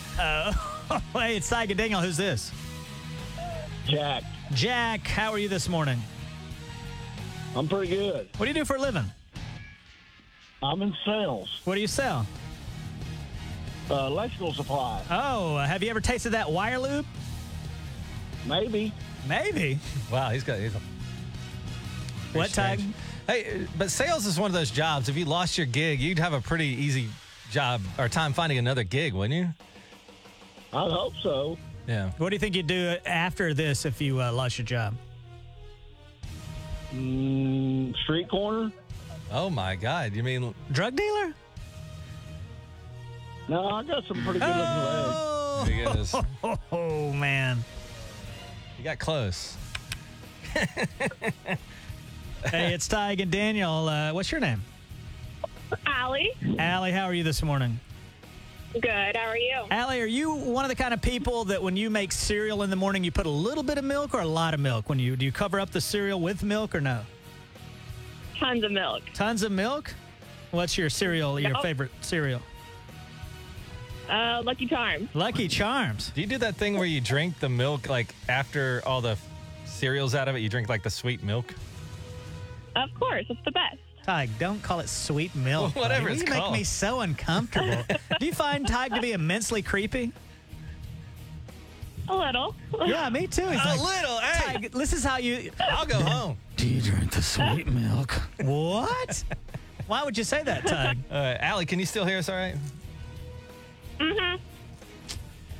Speaker 2: hey, it's Ty Gadingo. Who's this?
Speaker 7: Jack,
Speaker 2: Jack, how are you this morning?
Speaker 7: I'm pretty good.
Speaker 2: What do you do for a living?
Speaker 7: I'm in sales,
Speaker 2: What do you sell?
Speaker 7: uh, electrical supply.
Speaker 2: Oh, uh, have you ever tasted that wire loop?
Speaker 7: Maybe.
Speaker 2: [laughs] Maybe.
Speaker 1: Wow, he's got. He's a,
Speaker 2: what
Speaker 1: strange.
Speaker 2: tag?
Speaker 1: Hey, but sales is one of those jobs. If you lost your gig, you'd have a pretty easy job or time finding another gig, wouldn't you?
Speaker 7: I hope so.
Speaker 1: Yeah.
Speaker 2: What do you think you'd do uh, after this if you uh, lost your job?
Speaker 7: Mm, street corner?
Speaker 1: Oh my God. You mean?
Speaker 2: Drug dealer?
Speaker 7: No, I got some pretty good looking legs.
Speaker 2: Oh,
Speaker 1: You [laughs] guys-
Speaker 2: oh [laughs] man.
Speaker 1: you got close.
Speaker 2: Hey, it's Tig and Daniel. Uh, what's your name?
Speaker 6: Allie.
Speaker 2: Allie, how are you this morning?
Speaker 6: Good. How are you?
Speaker 2: Allie, are you one of the kind of people that when you make cereal in the morning, you put a little bit of milk or a lot of milk? When you do you cover up the cereal with milk or no?
Speaker 6: Tons of milk.
Speaker 2: Tons of milk. What's your cereal? Your favorite cereal?
Speaker 6: Uh, Lucky Charms.
Speaker 2: Lucky Charms.
Speaker 1: Do you do that thing where you drink the milk like after all the cereals out of it? You drink like the sweet milk.
Speaker 6: Of course, it's the best.
Speaker 2: Tig, don't call it sweet milk.
Speaker 1: Well, [laughs] whatever
Speaker 2: buddy.
Speaker 1: it's
Speaker 2: you
Speaker 1: called.
Speaker 2: make me so
Speaker 1: [laughs]
Speaker 2: uncomfortable. do you find Tig to be immensely creepy?
Speaker 6: A little.
Speaker 2: Yeah, me too. He's like,
Speaker 1: little. Hey,
Speaker 2: "Tig, this is
Speaker 1: [laughs]
Speaker 2: how you.
Speaker 1: I'll go home.
Speaker 2: Do you drink the sweet milk? What? Why would you say that, Tig?
Speaker 1: Uh, Allie, can you still hear us? All right.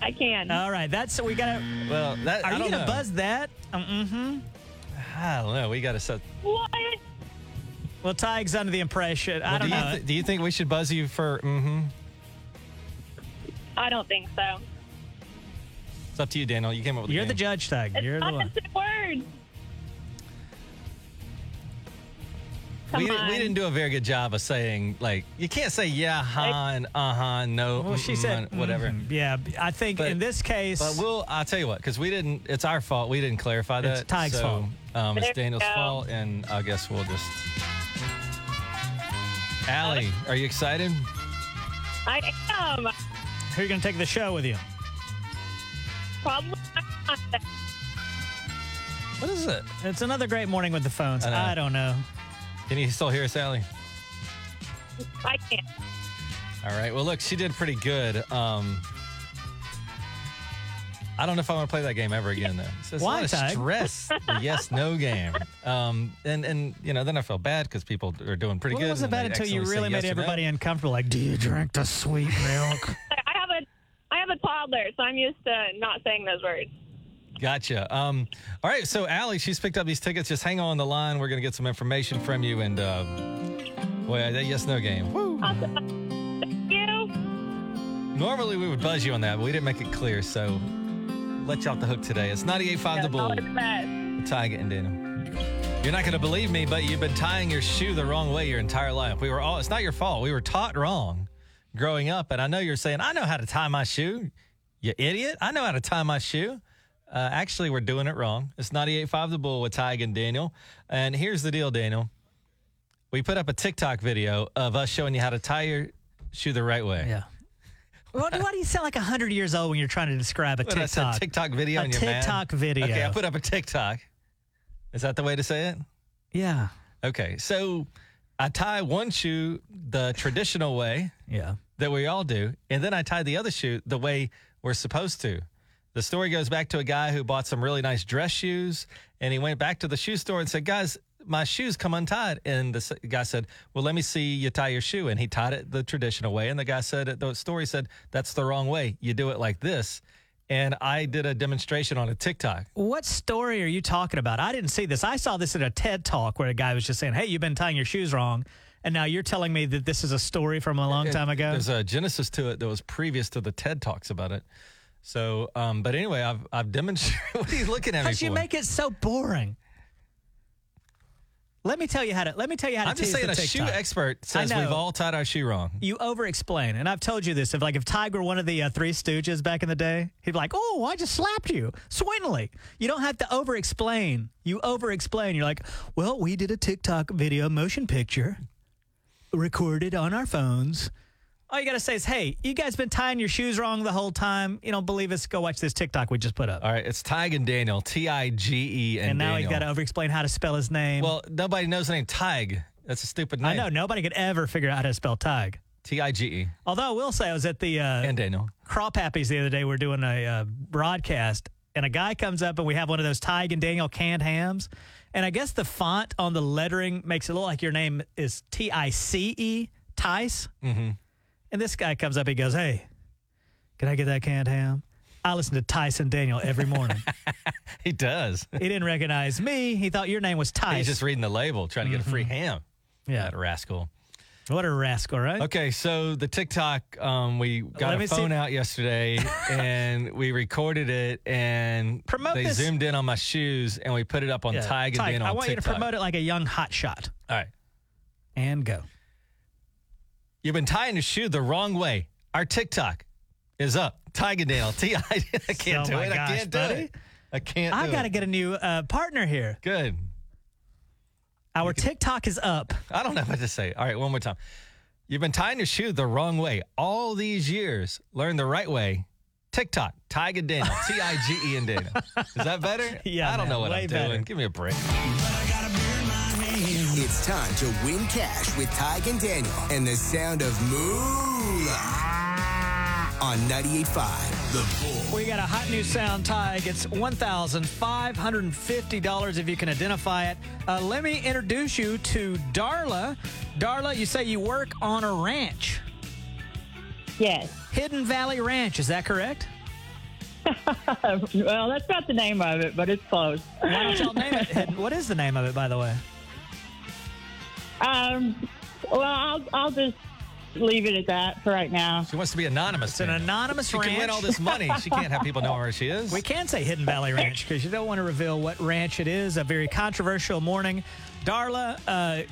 Speaker 6: I can.
Speaker 2: All right, that's we gotta.
Speaker 1: Well, that
Speaker 2: Are
Speaker 1: I
Speaker 2: you
Speaker 1: don't
Speaker 2: gonna
Speaker 1: know.
Speaker 2: buzz that? Mm-hmm.
Speaker 1: I don't know. We got to set.
Speaker 6: what?
Speaker 2: Well, Tig's under the impression.
Speaker 1: Well,
Speaker 2: I don't
Speaker 1: do, you
Speaker 2: know.
Speaker 1: th- do you think we should buzz you for? Mm-hmm.
Speaker 6: I don't think so.
Speaker 1: It's up to you, Daniel. You came up with.
Speaker 2: You're the
Speaker 1: the game.
Speaker 2: judge, Tig. You're the one.
Speaker 6: Opposite word.
Speaker 1: we,
Speaker 6: Come
Speaker 1: didn't- we
Speaker 6: on.
Speaker 1: didn't do a very good job of saying like you can't say yeah huh and uh huh no
Speaker 2: Well, she
Speaker 1: mm,
Speaker 2: said
Speaker 1: mm, whatever.
Speaker 2: mhm. Yeah, b- I think
Speaker 1: But-
Speaker 2: in this case,
Speaker 1: But we'll I'll tell you what because we didn't. It's our fault. We didn't clarify that.
Speaker 2: It's Tig's
Speaker 1: so,
Speaker 2: fault.
Speaker 1: Um, it's
Speaker 6: There you
Speaker 1: Daniel's
Speaker 6: go.
Speaker 1: fault, and I guess we'll just. Allie, are you excited?
Speaker 6: I am.
Speaker 2: who are you gonna take the show with you?
Speaker 6: Probably not.
Speaker 1: What is it?
Speaker 2: It's another great morning with the phones.
Speaker 1: I know.
Speaker 2: I don't know.
Speaker 1: Can you still hear us, Allie?
Speaker 6: I can't.
Speaker 1: All right. Well, look, she did pretty good. Um, I don't know if I want to play that game ever again, though. It's, it's
Speaker 2: Why,
Speaker 1: a lot of
Speaker 2: Ty?
Speaker 1: stress. the yes, no game. Um, and and you know, then I felt bad because people are doing pretty
Speaker 2: What
Speaker 1: good.
Speaker 2: was
Speaker 1: and
Speaker 2: about
Speaker 1: they
Speaker 2: until you
Speaker 1: accidentally say
Speaker 2: really
Speaker 1: yes
Speaker 2: made
Speaker 1: or no.
Speaker 2: everybody uncomfortable? Like, do you drink the sweet [laughs] milk?
Speaker 6: I have a. I have a toddler, so I'm used to not saying those words.
Speaker 1: Gotcha. Um, all right. So Allie, she's picked up these tickets. Just hang on the line. We're gonna get some information from you. And uh, boy, that yes, no game. Woo.
Speaker 6: You?
Speaker 1: Normally we would buzz you on that, but we didn't make it clear. So let you off the hook today. It's 98.5 the bull.
Speaker 6: All the best.
Speaker 1: Tying it in denim. You're not going to believe me, but you've been tying your shoe the wrong way your entire life. We were all, it's not your fault. We were taught wrong growing up. And I know you're saying, I know how to tie my shoe. You idiot. I know how to tie my shoe. Uh, actually, we're doing it wrong. It's 98.5 The Bull with Tyg and Daniel. And here's the deal, Daniel. We put up a TikTok video of us showing you how to tie your shoe the right way.
Speaker 2: yeah. Well, why do you sound like hundred years old when you're trying to describe a
Speaker 1: What, I said
Speaker 2: TikTok?
Speaker 1: TikTok video
Speaker 2: A
Speaker 1: and you're mad?
Speaker 2: TikTok video.
Speaker 1: Okay, I put up a TikTok. Is that the way to say it?
Speaker 2: Yeah,
Speaker 1: Okay, so I tie one shoe the traditional way
Speaker 2: yeah.
Speaker 1: that we all do, and then I tie the other shoe the way we're supposed to. The story goes back to a guy who bought some really nice dress shoes, and he went back to the shoe store and said, "Guys, my shoes come untied." And the s- guy said, "Well, let me see you tie your shoe." And he tied it the traditional way, and the guy said at the store, he said, "That's the wrong way. You do it like this." and I did a demonstration on a TikTok.
Speaker 2: What story are you talking about? I didn't see this. I saw this at a TED talk where a guy was just saying, "Hey, you've been tying your shoes wrong," and now you're telling me that this is a story from a long
Speaker 1: It-
Speaker 2: time ago.
Speaker 1: There's a genesis to it that was previous to the TED talks about it. So, um, but anyway, I've I've demonstrated. [laughs] what are you looking at
Speaker 2: How'd
Speaker 1: me for?
Speaker 2: you make it so boring? Let me tell you how to. Let me tell you how to.
Speaker 1: I'm just
Speaker 2: tease
Speaker 1: saying,
Speaker 2: the
Speaker 1: a shoe
Speaker 2: TikTok.
Speaker 1: expert says
Speaker 2: I know.
Speaker 1: we've all tied our shoe wrong.
Speaker 2: You over-explain, and I've told you this. If like if Tiger were one of the uh, Three Stooges back in the day, he'd be like, "Oh, I just slapped you, Swinley." You don't have to over-explain. You over-explain. You're like, "Well, we did a TikTok video, motion picture, recorded on our phones." All you gotta say is, "Hey, you guys been tying your shoes wrong the whole time. You don't believe us? Go watch this TikTok we just put up."
Speaker 1: All right, it's Tig and Daniel, T I G E, and
Speaker 2: and now
Speaker 1: Daniel.
Speaker 2: he's got to over-explain how to spell his name.
Speaker 1: Well, nobody knows the name Tig. That's a stupid name.
Speaker 2: I know nobody could ever figure out how to spell Tig.
Speaker 1: T I G E
Speaker 2: Although I will say, I was at the uh,
Speaker 1: and Daniel. [laughs]
Speaker 2: Craw Pappies the other day. We are doing a uh, broadcast, and a guy comes up, and we have one of those Tig and Daniel canned hams. And I guess the font on the lettering makes it look like your name is T I C E, Tice. Mm-hmm. And this guy comes up, he goes, Hey, can I get that canned ham? I listen to Tice and Daniel every
Speaker 1: [laughs]
Speaker 2: morning.
Speaker 1: He does.
Speaker 2: he didn't recognize me. He thought your name was Tice.
Speaker 1: He's just reading the label, trying to get a free ham.
Speaker 2: Mm-hmm. Yeah.
Speaker 1: That rascal.
Speaker 2: what a rascal, right?
Speaker 1: Okay, so the TikTok, um, we got
Speaker 2: Let
Speaker 1: a
Speaker 2: me see-
Speaker 1: phone out
Speaker 2: [laughs]
Speaker 1: yesterday and we recorded it and
Speaker 2: Promote
Speaker 1: they
Speaker 2: this-
Speaker 1: zoomed in on my shoes and we put it up on
Speaker 2: Yeah.
Speaker 1: Tig and
Speaker 2: Tig,
Speaker 1: Daniel
Speaker 2: I
Speaker 1: on
Speaker 2: want you to
Speaker 1: TikTok.
Speaker 2: promote it like a young hot shot.
Speaker 1: All right.
Speaker 2: and go.
Speaker 1: You've been tying your shoe the wrong way. Our TikTok is up. Tiger Daniel. T I [laughs] I can't
Speaker 2: Oh
Speaker 1: do
Speaker 2: my
Speaker 1: it.
Speaker 2: gosh,
Speaker 1: I can't do
Speaker 2: buddy.
Speaker 1: it. I can't
Speaker 2: I
Speaker 1: do
Speaker 2: got to
Speaker 1: it.
Speaker 2: get a new uh, partner here.
Speaker 1: Good.
Speaker 2: Our TikTok is up.
Speaker 1: I don't know what to say. All right, one more time. You've been tying your shoe the wrong way all these years. Learn the right way. TikTok, Tiger Daniel, T I G E and Daniel. Is that better?
Speaker 2: [laughs] Yeah,
Speaker 1: I don't
Speaker 2: man,
Speaker 1: know what
Speaker 2: way
Speaker 1: I'm
Speaker 2: better.
Speaker 1: doing. Give me a break.
Speaker 8: It's time to win cash with Tig and Daniel and the sound of moolah on 98.5.
Speaker 4: The Bull.
Speaker 2: We got a hot new sound tie. It's $1,550 if you can identify it. Uh, let me introduce you to Darla. Darla, you say you work on a ranch,
Speaker 6: Yes.
Speaker 2: Hidden Valley Ranch. Is that correct?
Speaker 6: well, that's not the name of it, but it's close.
Speaker 2: Why don't y'all name it? Hidden? What is the name of it, by the way?
Speaker 6: Um, well, I'll, I'll just leave it at that for right now.
Speaker 1: She wants to be anonymous.
Speaker 2: It's an
Speaker 1: Daniel.
Speaker 2: anonymous
Speaker 1: She
Speaker 2: ranch.
Speaker 1: can win all this money. She can't have people know where she is.
Speaker 2: We can say Hidden Valley Ranch because you don't want to reveal what ranch it is. A very controversial morning. Darla, uh,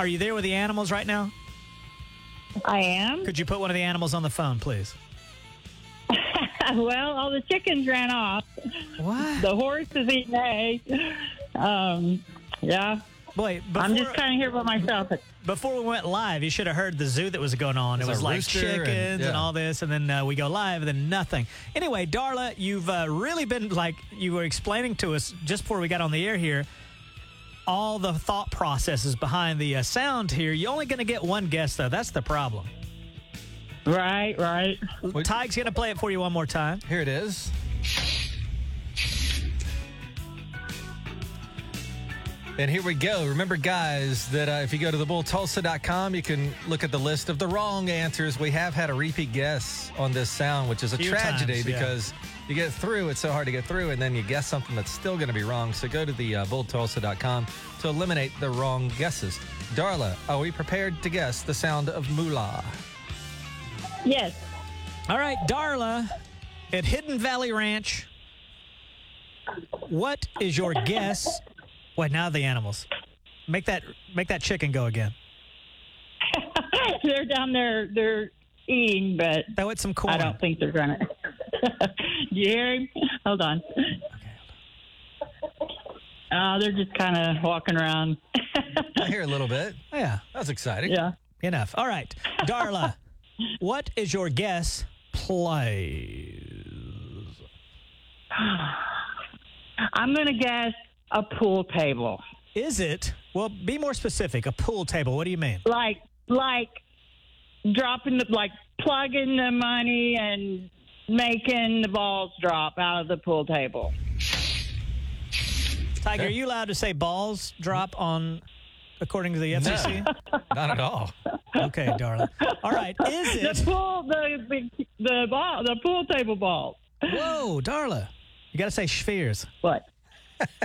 Speaker 2: are you there with the animals right now?
Speaker 6: I am.
Speaker 2: Could you put one of the animals on the phone, please?
Speaker 6: well, all the chickens ran off.
Speaker 2: What?
Speaker 6: The horse is eating eggs. Um, yeah.
Speaker 2: Boy, before,
Speaker 6: I'm just kind of here by myself.
Speaker 2: before we went live, you should have heard the zoo that was going on. It
Speaker 1: There's
Speaker 2: was
Speaker 1: a
Speaker 2: like
Speaker 1: rooster and-
Speaker 2: chickens and,
Speaker 1: yeah.
Speaker 2: all this, and then uh, we go live, and then nothing. Anyway, Darla, you've uh, really been like you were explaining to us just before we got on the air here. All the thought processes behind the uh, sound here. You're only going to get one guess, though. That's the problem.
Speaker 6: Right, right.
Speaker 2: Tig's going to play it for you one more time.
Speaker 1: Here it is. And here we go. Remember, guys, that uh, if you go to thebulltulsa.com, you can look at the list of the wrong answers. We have had a repeat guess on this sound, which is a
Speaker 2: Few
Speaker 1: tragedy
Speaker 2: times, yeah.
Speaker 1: because you get through, it's so hard to get through, and then you guess something that's still going to be wrong. So go to the uh, bulltulsa.com to eliminate the wrong guesses. Darla, are we prepared to guess the sound of moolah?
Speaker 6: Yes. [coughs]
Speaker 2: All right, Darla at Hidden Valley Ranch. What is your guess? Wait, now the animals. Make that make that chicken go again.
Speaker 6: they're down there. They're eating, but
Speaker 2: Throw it some corn.
Speaker 6: I don't think they're going to. Do [laughs] you hear him? Hold on. Uh, they're just kind of walking around.
Speaker 1: I hear a little bit.
Speaker 2: Yeah,
Speaker 1: That was exciting.
Speaker 6: yeah.
Speaker 2: enough. All right,
Speaker 6: [laughs]
Speaker 2: Darla. what is your guess? Play.
Speaker 6: I'm going to guess a pool table.
Speaker 2: Is it? Well, be more specific. A pool table. What do you mean?
Speaker 6: Like, like dropping the, like plugging the money and making the balls drop out of the pool table.
Speaker 2: Tiger, are you allowed to say balls drop on according to the
Speaker 1: No.
Speaker 2: FCC?
Speaker 1: Not at all.
Speaker 2: Okay, Darla. All right. Is
Speaker 6: [laughs] The
Speaker 2: it?
Speaker 6: pool, the, the, the ball, the pool table balls.
Speaker 2: Whoa, Darla. You got to say spheres.
Speaker 6: What?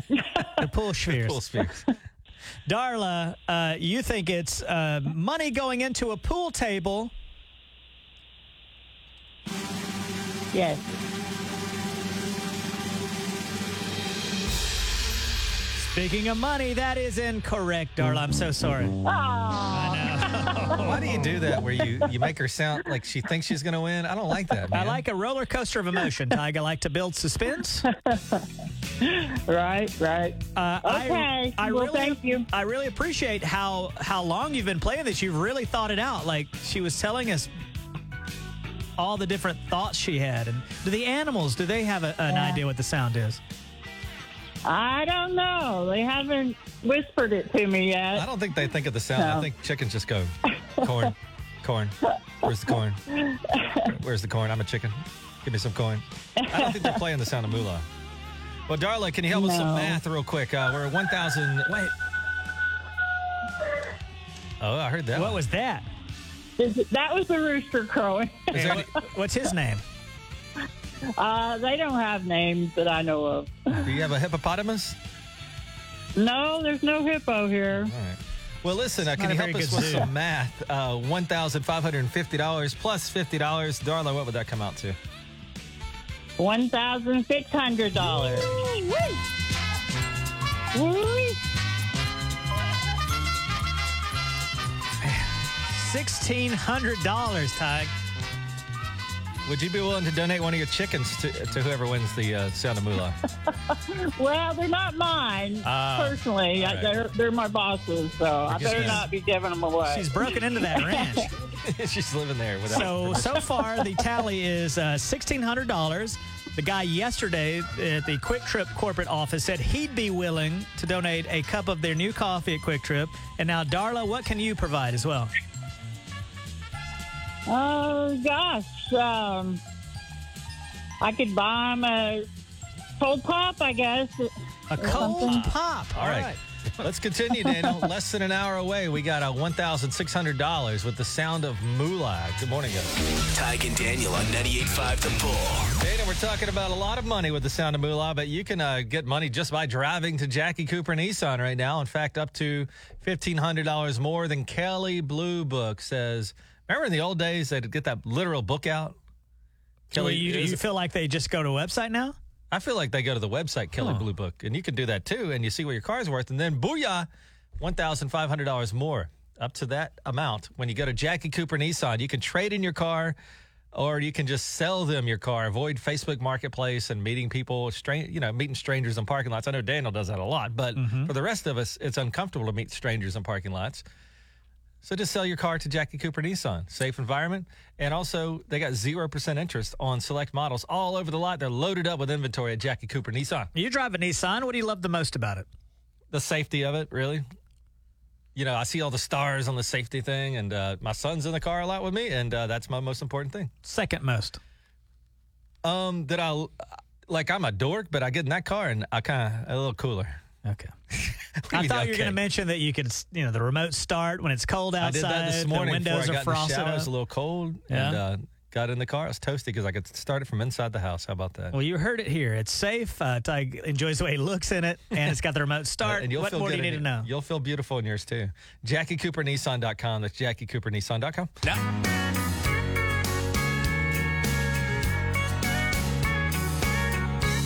Speaker 2: The [laughs] pool spheres.
Speaker 1: Full spheres.
Speaker 2: Darla, uh, you think it's uh, money going into a pool table.
Speaker 6: Yes.
Speaker 2: Speaking of money, that is incorrect, Darla. I'm so sorry.
Speaker 1: Why do you do that where you, you make her sound like she thinks she's going to win? I don't like that.
Speaker 2: I
Speaker 1: man.
Speaker 2: like a roller coaster of emotion, Tyga. I like to build
Speaker 6: [laughs]
Speaker 2: suspense.
Speaker 6: Right, right.
Speaker 2: Uh,
Speaker 6: Okay.
Speaker 2: I, I
Speaker 6: Well,
Speaker 2: really,
Speaker 6: thank you.
Speaker 2: I really appreciate how how long you've been playing this. You've really thought it out. Like she was telling us all the different thoughts she had. And do the animals? Do they have a, an idea what the sound is?
Speaker 6: I don't know. They haven't whispered it to me
Speaker 1: I
Speaker 6: yet.
Speaker 1: don't think they think of the sound. I
Speaker 6: No.
Speaker 1: think chickens just go corn, corn. Where's the corn? Where's the corn? I'm a chicken. Give me some corn. I don't think they're playing the sound of moolah. Well, Darla, can you help us with some
Speaker 6: No.
Speaker 1: math real quick? Uh, we're at 1,000. Wait. Oh, I heard that.
Speaker 2: What
Speaker 1: one.
Speaker 2: was that?
Speaker 6: Is it- That was the rooster crowing. [laughs]
Speaker 1: Is there any-
Speaker 2: What's his name?
Speaker 6: Uh, they don't have names that I know of.
Speaker 1: do you have a hippopotamus?
Speaker 6: No, there's no hippo here.
Speaker 1: All right. Well, listen, uh, can
Speaker 2: not
Speaker 1: you
Speaker 2: a
Speaker 1: help
Speaker 2: very
Speaker 1: us
Speaker 2: good
Speaker 1: with
Speaker 2: zoo.
Speaker 1: some math? Uh, $1,550 plus $50. Darla, what would that come out to?
Speaker 6: One thousand six hundred dollars.
Speaker 2: Sixteen hundred dollars, Ty.
Speaker 1: Would you be willing to donate one of your chickens to, to whoever wins the uh, sound of
Speaker 2: [laughs]
Speaker 1: moolah? [laughs]
Speaker 6: Well, they're not mine
Speaker 1: Ah,
Speaker 6: personally.
Speaker 1: all right.
Speaker 6: They're they're my bosses, so I
Speaker 1: just
Speaker 6: better
Speaker 1: gonna-
Speaker 6: not be giving them away.
Speaker 2: She's broken into that ranch.
Speaker 1: She's living there without.
Speaker 2: So so far the tally is uh, sixteen hundred dollars. The guy yesterday at the Quick Trip corporate office said he'd be willing to donate a cup of their new coffee at Quick Trip. And now, Darla, what can you provide as well?
Speaker 6: Oh gosh, um, I could buy them a cold pop, I guess.
Speaker 2: A cold pop.
Speaker 1: All right. Let's continue,
Speaker 2: [laughs]
Speaker 1: Daniel. Less than an hour away, we got uh, $1,600 with the sound of moolah. Good morning, guys.
Speaker 4: Tyke and Daniel on 98.5 The Bull.
Speaker 1: Dana, we're talking about a lot of money with the sound of moolah, but you can uh, get money just by driving to Jackie Cooper Nissan right now. In fact, up to $1,500 more than Kelly Blue Book says. Remember in the old days, they'd get that literal book out?
Speaker 2: Kelly, you,
Speaker 1: is-
Speaker 2: you feel like they just go to a website now?
Speaker 1: I feel like they go to the website Kelly Blue Book, and you can do that too, and you see what your car's worth, and then booyah, one thousand five hundred dollars more up to that amount. When you go to Jackie Cooper Nissan, you can trade in your car, or you can just sell them your car. Avoid Facebook Marketplace and meeting people, stra- you know, meeting strangers in parking lots. I know Daniel does that a lot, but for the rest of us, it's uncomfortable to meet strangers in parking lots. So just sell your car to Jackie Cooper Nissan. Safe environment. And also, they got 0% interest on select models all over the lot. They're loaded up with inventory at Jackie Cooper Nissan.
Speaker 2: You drive a Nissan. What do you love the most about it?
Speaker 1: The safety of it, really. You know, I see all the stars on the safety thing, and uh, my son's in the car a lot with me, and uh, that's my most important thing.
Speaker 2: Second most.
Speaker 1: Um, that I like, I'm a dork, but I get in that car and I kind of a little cooler. [laughs]
Speaker 2: Okay.
Speaker 1: do you
Speaker 2: I
Speaker 1: mean,
Speaker 2: thought you were going
Speaker 1: okay?
Speaker 2: to mention that you could, s- you know, the remote start when it's cold
Speaker 1: I
Speaker 2: outside.
Speaker 1: did that this morning.
Speaker 2: the windows
Speaker 1: before I got
Speaker 2: are frosted.
Speaker 1: in the shower. It was
Speaker 2: up.
Speaker 1: a little cold, and
Speaker 2: Yeah.
Speaker 1: uh, got in the car. I was toasty because I could start it from inside the house. How about that?
Speaker 2: Well, you heard it here. It's safe. Uh, Tig enjoys the way he looks in it, and it's got the remote start.
Speaker 1: [laughs] And you'll
Speaker 2: what
Speaker 1: feel
Speaker 2: more
Speaker 1: good
Speaker 2: do you need
Speaker 1: in
Speaker 2: to
Speaker 1: it.
Speaker 2: know?
Speaker 1: You'll feel beautiful in yours too. JackieCooperNissan.com. That's JackieCooperNissan.com.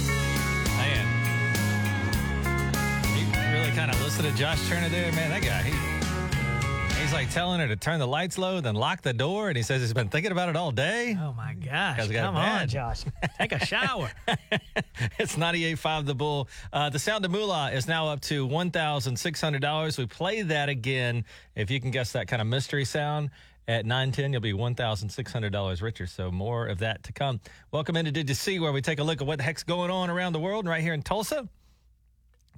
Speaker 1: Man. You really kind of listen to Josh Turner there. Man, that guy, he, he's like telling her to turn the lights low, then lock the door. And he says he's been thinking about it all day.
Speaker 2: Oh my gosh!
Speaker 1: Guys got it
Speaker 2: Come on,
Speaker 1: bad. [laughs]
Speaker 2: Josh. Take a shower.
Speaker 1: It's 98.5 The Bull. Uh, the Sound of Moolah is now up to $1,600. We play that again. If you can guess that kind of mystery sound at 9.10, you'll be $1,600 richer. So more of that to come. Welcome into Did You See, where we take a look at what the heck's going on around the world. And right here in Tulsa,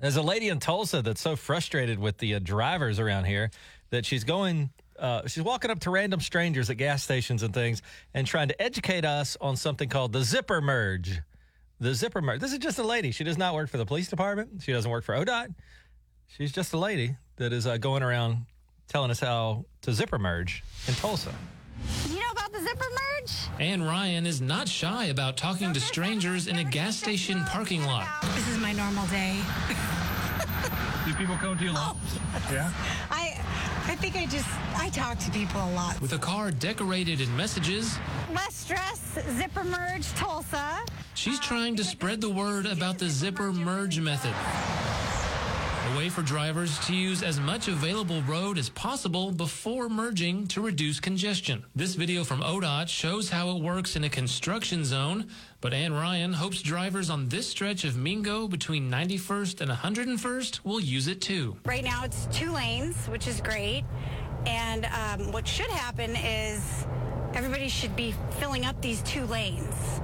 Speaker 1: there's a lady in Tulsa that's so frustrated with the uh, drivers around here that she's going, uh, she's walking up to random strangers at gas stations and things and trying to educate us on something called the zipper merge. The zipper merge. This is just a lady. She does not work for the police department. She doesn't work for ODOT. She's just a lady that is uh, going around telling us how to zipper merge in Tulsa.
Speaker 9: You know about the zipper merge?
Speaker 6: And Ryan is not shy about talking to strangers in a gas station parking lot.
Speaker 9: This is my normal
Speaker 6: [laughs]
Speaker 9: day.
Speaker 6: Do people come to you a lot? Yeah.
Speaker 9: Oh. I I think I just I talk to people a lot.
Speaker 6: With a car decorated in messages,
Speaker 9: Less stress, zipper merge, Tulsa.
Speaker 6: she's trying to spread the word about the zipper merge method. A way for drivers to use as much available road as possible before merging to reduce congestion. This video from ODOT shows how it works in a construction zone, but Ann Ryan hopes drivers on this stretch of Mingo between 91st and 101st will use it too.
Speaker 9: Right now it's two lanes, which is great. And um, what should happen is everybody should be filling up these two lanes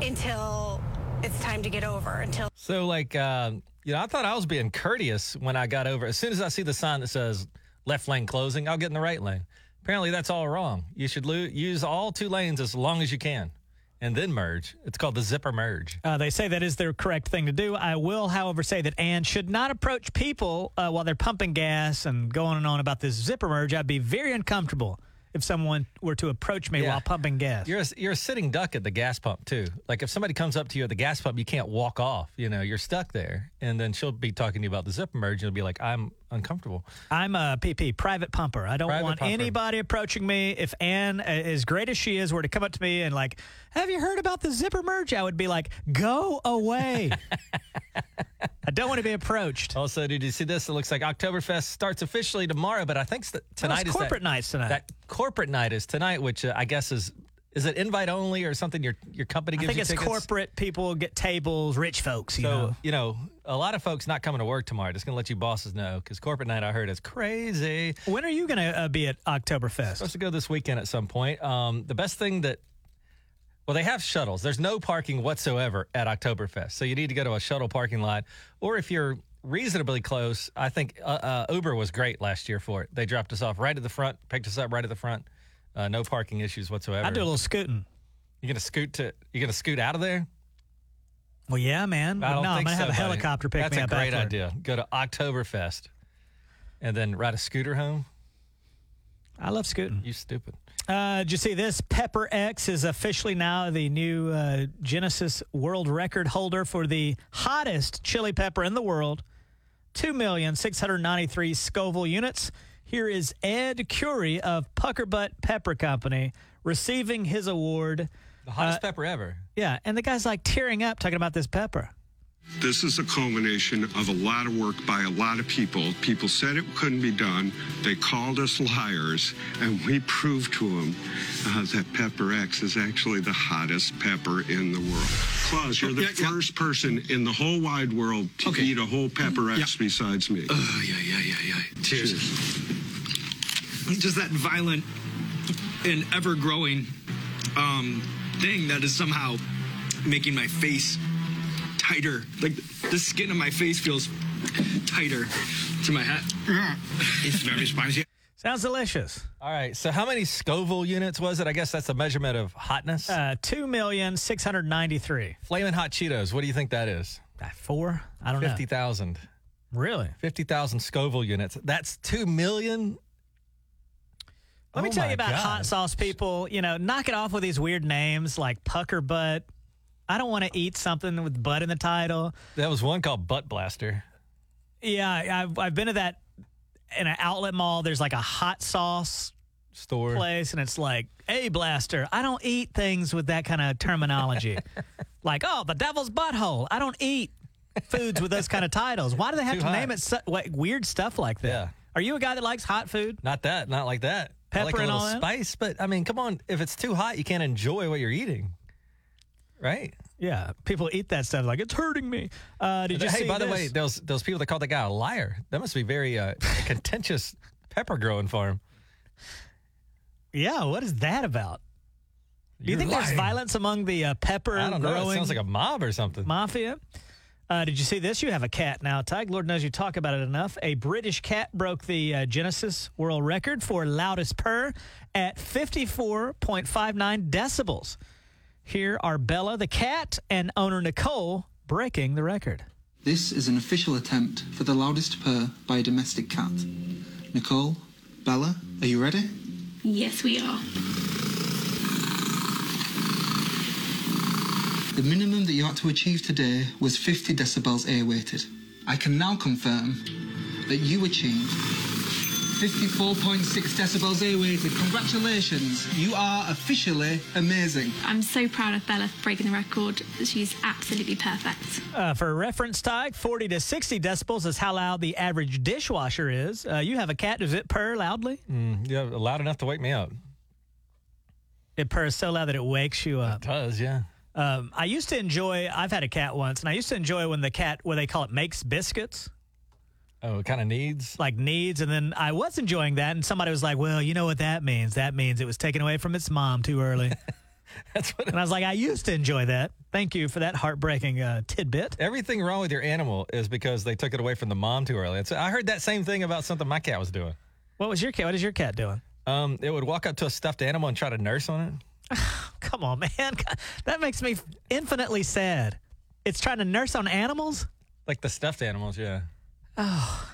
Speaker 9: until it's time to get over. Until
Speaker 1: So, like, um, you know, I thought I was being courteous when I got over. As soon as I see the sign that says left lane closing, I'll get in the right lane. Apparently, that's all wrong. You should lo- use all two lanes as long as you can and then merge. It's called the zipper merge.
Speaker 2: Uh, they say that is the correct thing to do. I will, however, say that Anne should not approach people uh, while they're pumping gas and going on about this zipper merge. I'd be very uncomfortable if someone were to approach me
Speaker 1: Yeah.
Speaker 2: while pumping gas.
Speaker 1: You're a, you're a sitting duck at the gas pump, too. Like, if somebody comes up to you at the gas pump, you can't walk off. You know, you're stuck there. And then she'll be talking to you about the zipper merge. And it'll be like, I'm uncomfortable.
Speaker 2: I'm a PP, private pumper. I don't
Speaker 1: Private
Speaker 2: want
Speaker 1: pumper.
Speaker 2: anybody approaching me. If Anne, uh, as great as she is, were to come up to me and like, "Have you heard about the zipper merge?" I would be like, "Go
Speaker 1: [laughs]
Speaker 2: away." I don't want to be approached.
Speaker 1: Also, did you see this? It looks like Oktoberfest starts officially tomorrow, but I think s- tonight is
Speaker 2: corporate
Speaker 1: that,
Speaker 2: nights tonight.
Speaker 1: That corporate night is tonight, which uh, I guess is is it invite only or something? Your your company
Speaker 2: I
Speaker 1: gives
Speaker 2: think
Speaker 1: you
Speaker 2: it's
Speaker 1: tickets?
Speaker 2: corporate people get tables, rich folks. You
Speaker 1: So
Speaker 2: know.
Speaker 1: you know, a lot of folks not coming to work tomorrow. Just gonna let you bosses know because corporate night I heard is crazy.
Speaker 2: When are you going to uh, be at Oktoberfest?
Speaker 1: Supposed to go this weekend at some point. Um, the best thing that well, they have shuttles. There's no parking whatsoever at Oktoberfest, so you need to go to a shuttle parking lot. Or if you're reasonably close, I think uh, uh, Uber was great last year for it. They dropped us off right at the front, picked us up right at the front. Uh, no parking issues whatsoever.
Speaker 2: I do a little scooting.
Speaker 1: You're gonna scoot to. You're gonna scoot out of there.
Speaker 2: Well, yeah, man.
Speaker 1: I don't
Speaker 2: no, I'm
Speaker 1: think
Speaker 2: gonna have
Speaker 1: so,
Speaker 2: a
Speaker 1: buddy.
Speaker 2: helicopter pick
Speaker 1: That's
Speaker 2: me up.
Speaker 1: a great
Speaker 2: afterward.
Speaker 1: idea. Go to Oktoberfest, and then ride a scooter home.
Speaker 2: I love scooting.
Speaker 1: You stupid.
Speaker 2: Uh, did you see this? Pepper X is officially now the new uh, Genesis world record holder for the hottest chili pepper in the world. 2,693 Scoville units. Here is Ed Curie of Puckerbutt Pepper Company receiving his award.
Speaker 1: The
Speaker 2: Uh,
Speaker 1: hottest pepper ever.
Speaker 2: Yeah, and the guy's like tearing up talking about this pepper.
Speaker 5: This is a culmination of a lot of work by a lot of people. People said it couldn't be done. They called us liars, and we proved to them uh, that Pepper X is actually the hottest pepper in the world. Claus, you're the
Speaker 7: Yeah, yeah.
Speaker 5: first person in the whole wide world to
Speaker 7: Okay.
Speaker 5: eat a whole Pepper X
Speaker 7: Yeah.
Speaker 5: besides me.
Speaker 7: Oh, yeah, yeah, yeah, yeah. Cheers. Just that violent and ever growing um, thing that is somehow making my face tighter. Like the skin of my [laughs] face feels tighter to my hat. It's very spicy.
Speaker 2: Sounds delicious.
Speaker 1: All right. So, how many Scoville units was it? I guess that's a measurement of hotness.
Speaker 2: Uh, 2,693.
Speaker 1: Flamin' hot Cheetos. What do you think that is?
Speaker 2: Four? I don't
Speaker 1: Fifty thousand.
Speaker 2: know. Really?
Speaker 1: Fifty thousand Scoville units. That's two million.
Speaker 2: Let me
Speaker 1: Oh
Speaker 2: tell
Speaker 1: my
Speaker 2: you about
Speaker 1: God.
Speaker 2: hot sauce people. You know, knock it off with these weird names like pucker butt. I don't want to eat something with butt in the title.
Speaker 1: That was one called Butt Blaster.
Speaker 2: Yeah, I- I've, I've been to that in an outlet mall. There's like a hot sauce
Speaker 1: Store.
Speaker 2: place, and it's like a blaster. I don't eat things with that kind
Speaker 1: [laughs]
Speaker 2: of terminology. like, oh, the devil's butthole. I don't eat foods with those kind of titles. Why do they have
Speaker 1: Too
Speaker 2: to
Speaker 1: hot.
Speaker 2: name it su- like weird stuff like that?
Speaker 1: Yeah.
Speaker 2: Are you a guy that likes hot food?
Speaker 1: Not that. Not like that. I like a
Speaker 2: Pepper and
Speaker 1: little
Speaker 2: all that?
Speaker 1: spice, but I mean, come on. If it's too hot, you can't enjoy what you're eating. Right.
Speaker 2: Yeah, people eat that stuff like it's hurting me. Uh, did you
Speaker 1: hey,
Speaker 2: see
Speaker 1: by the
Speaker 2: this?
Speaker 1: way, those those people that called that guy a liar. That must be very uh, a contentious [laughs] pepper growing farm.
Speaker 2: Yeah, what is that about? Do you
Speaker 1: You're
Speaker 2: think there's
Speaker 1: lying.
Speaker 2: violence among the uh, pepper
Speaker 1: I don't know. It
Speaker 2: growing
Speaker 1: sounds like a mob or something.
Speaker 2: mafia? Uh, did you see this? You have a cat now, Tig. Lord knows you talk about it enough. A British cat broke the uh, Genesis world record for loudest purr at 54.59 decibels. Here are Bella the cat and owner Nicole breaking the record.
Speaker 10: This is an official attempt for the loudest purr by a domestic cat. Nicole, Bella, are you ready?
Speaker 11: Yes, we are.
Speaker 12: The minimum that you had to achieve today was 50 decibels air weighted. I can now confirm that you achieved 54.6 decibels air weighted. Congratulations, you are officially amazing.
Speaker 13: I'm so proud of Bella for breaking the record. She's absolutely perfect.
Speaker 2: Uh, for reference, Tig, 40 to 60 decibels is how loud the average dishwasher is. Uh, you have a cat. Does it purr loudly?
Speaker 1: Mm, yeah, loud enough to wake me up.
Speaker 2: It purrs so loud that it wakes you up.
Speaker 1: It does, yeah.
Speaker 2: Um, I used to enjoy. I've had a cat once, and I used to enjoy when the cat, what they call it, makes biscuits.
Speaker 1: Oh, it kind of needs. [laughs]
Speaker 2: Like needs, and then I was enjoying that, and somebody was like, "Well, you know what that means? That means it was taken away from its mom too early."
Speaker 1: That's what.
Speaker 2: And I was like, "I used to enjoy that. Thank you for that heartbreaking uh, tidbit."
Speaker 1: Everything wrong with your animal is because they took it away from the mom too early. It's, I heard that same thing about something my cat was doing.
Speaker 2: What was your cat? What is your cat doing?
Speaker 1: Um, it would walk up to a stuffed animal and try to nurse on it.
Speaker 2: Come on, man. [laughs] God, that makes me infinitely sad. It's trying to nurse on animals?
Speaker 1: Like the stuffed animals, yeah.
Speaker 2: Oh.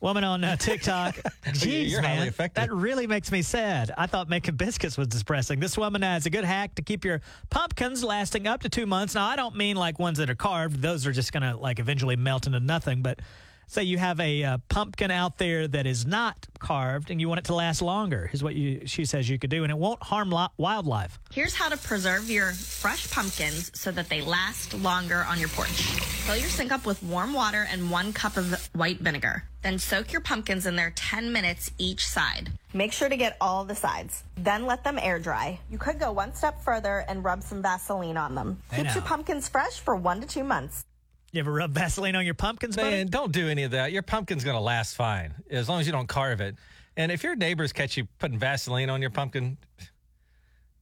Speaker 2: Woman on
Speaker 1: [laughs]
Speaker 2: uh, TikTok. Jeez,
Speaker 1: Oh, You're highly
Speaker 2: man.
Speaker 1: effective.
Speaker 2: That really makes me sad. I thought making biscuits was depressing. This woman has a good hack to keep your pumpkins lasting up to two months. Now, I don't mean like ones that are carved. Those are just going to like eventually melt into nothing. But say you have a uh, pumpkin out there that is not carved and you want it to last longer is what you, she says you could do and it won't harm lo- wildlife
Speaker 14: Here's how to preserve your fresh pumpkins so that they last longer on your porch. Fill your sink up with warm water and one cup of white vinegar. Then soak your pumpkins in there 10 minutes each side. Make sure to get all the sides. Then let them air dry. You could go one step further and rub some Vaseline on them.
Speaker 2: I
Speaker 14: Keeps your
Speaker 2: know.
Speaker 14: pumpkins fresh for one to two months.
Speaker 2: you ever rub vaseline on your pumpkins buddy?
Speaker 1: Man, don't do any of that. Your pumpkin's going to last fine as long as you don't carve it. And if your neighbors catch you putting Vaseline on your pumpkin,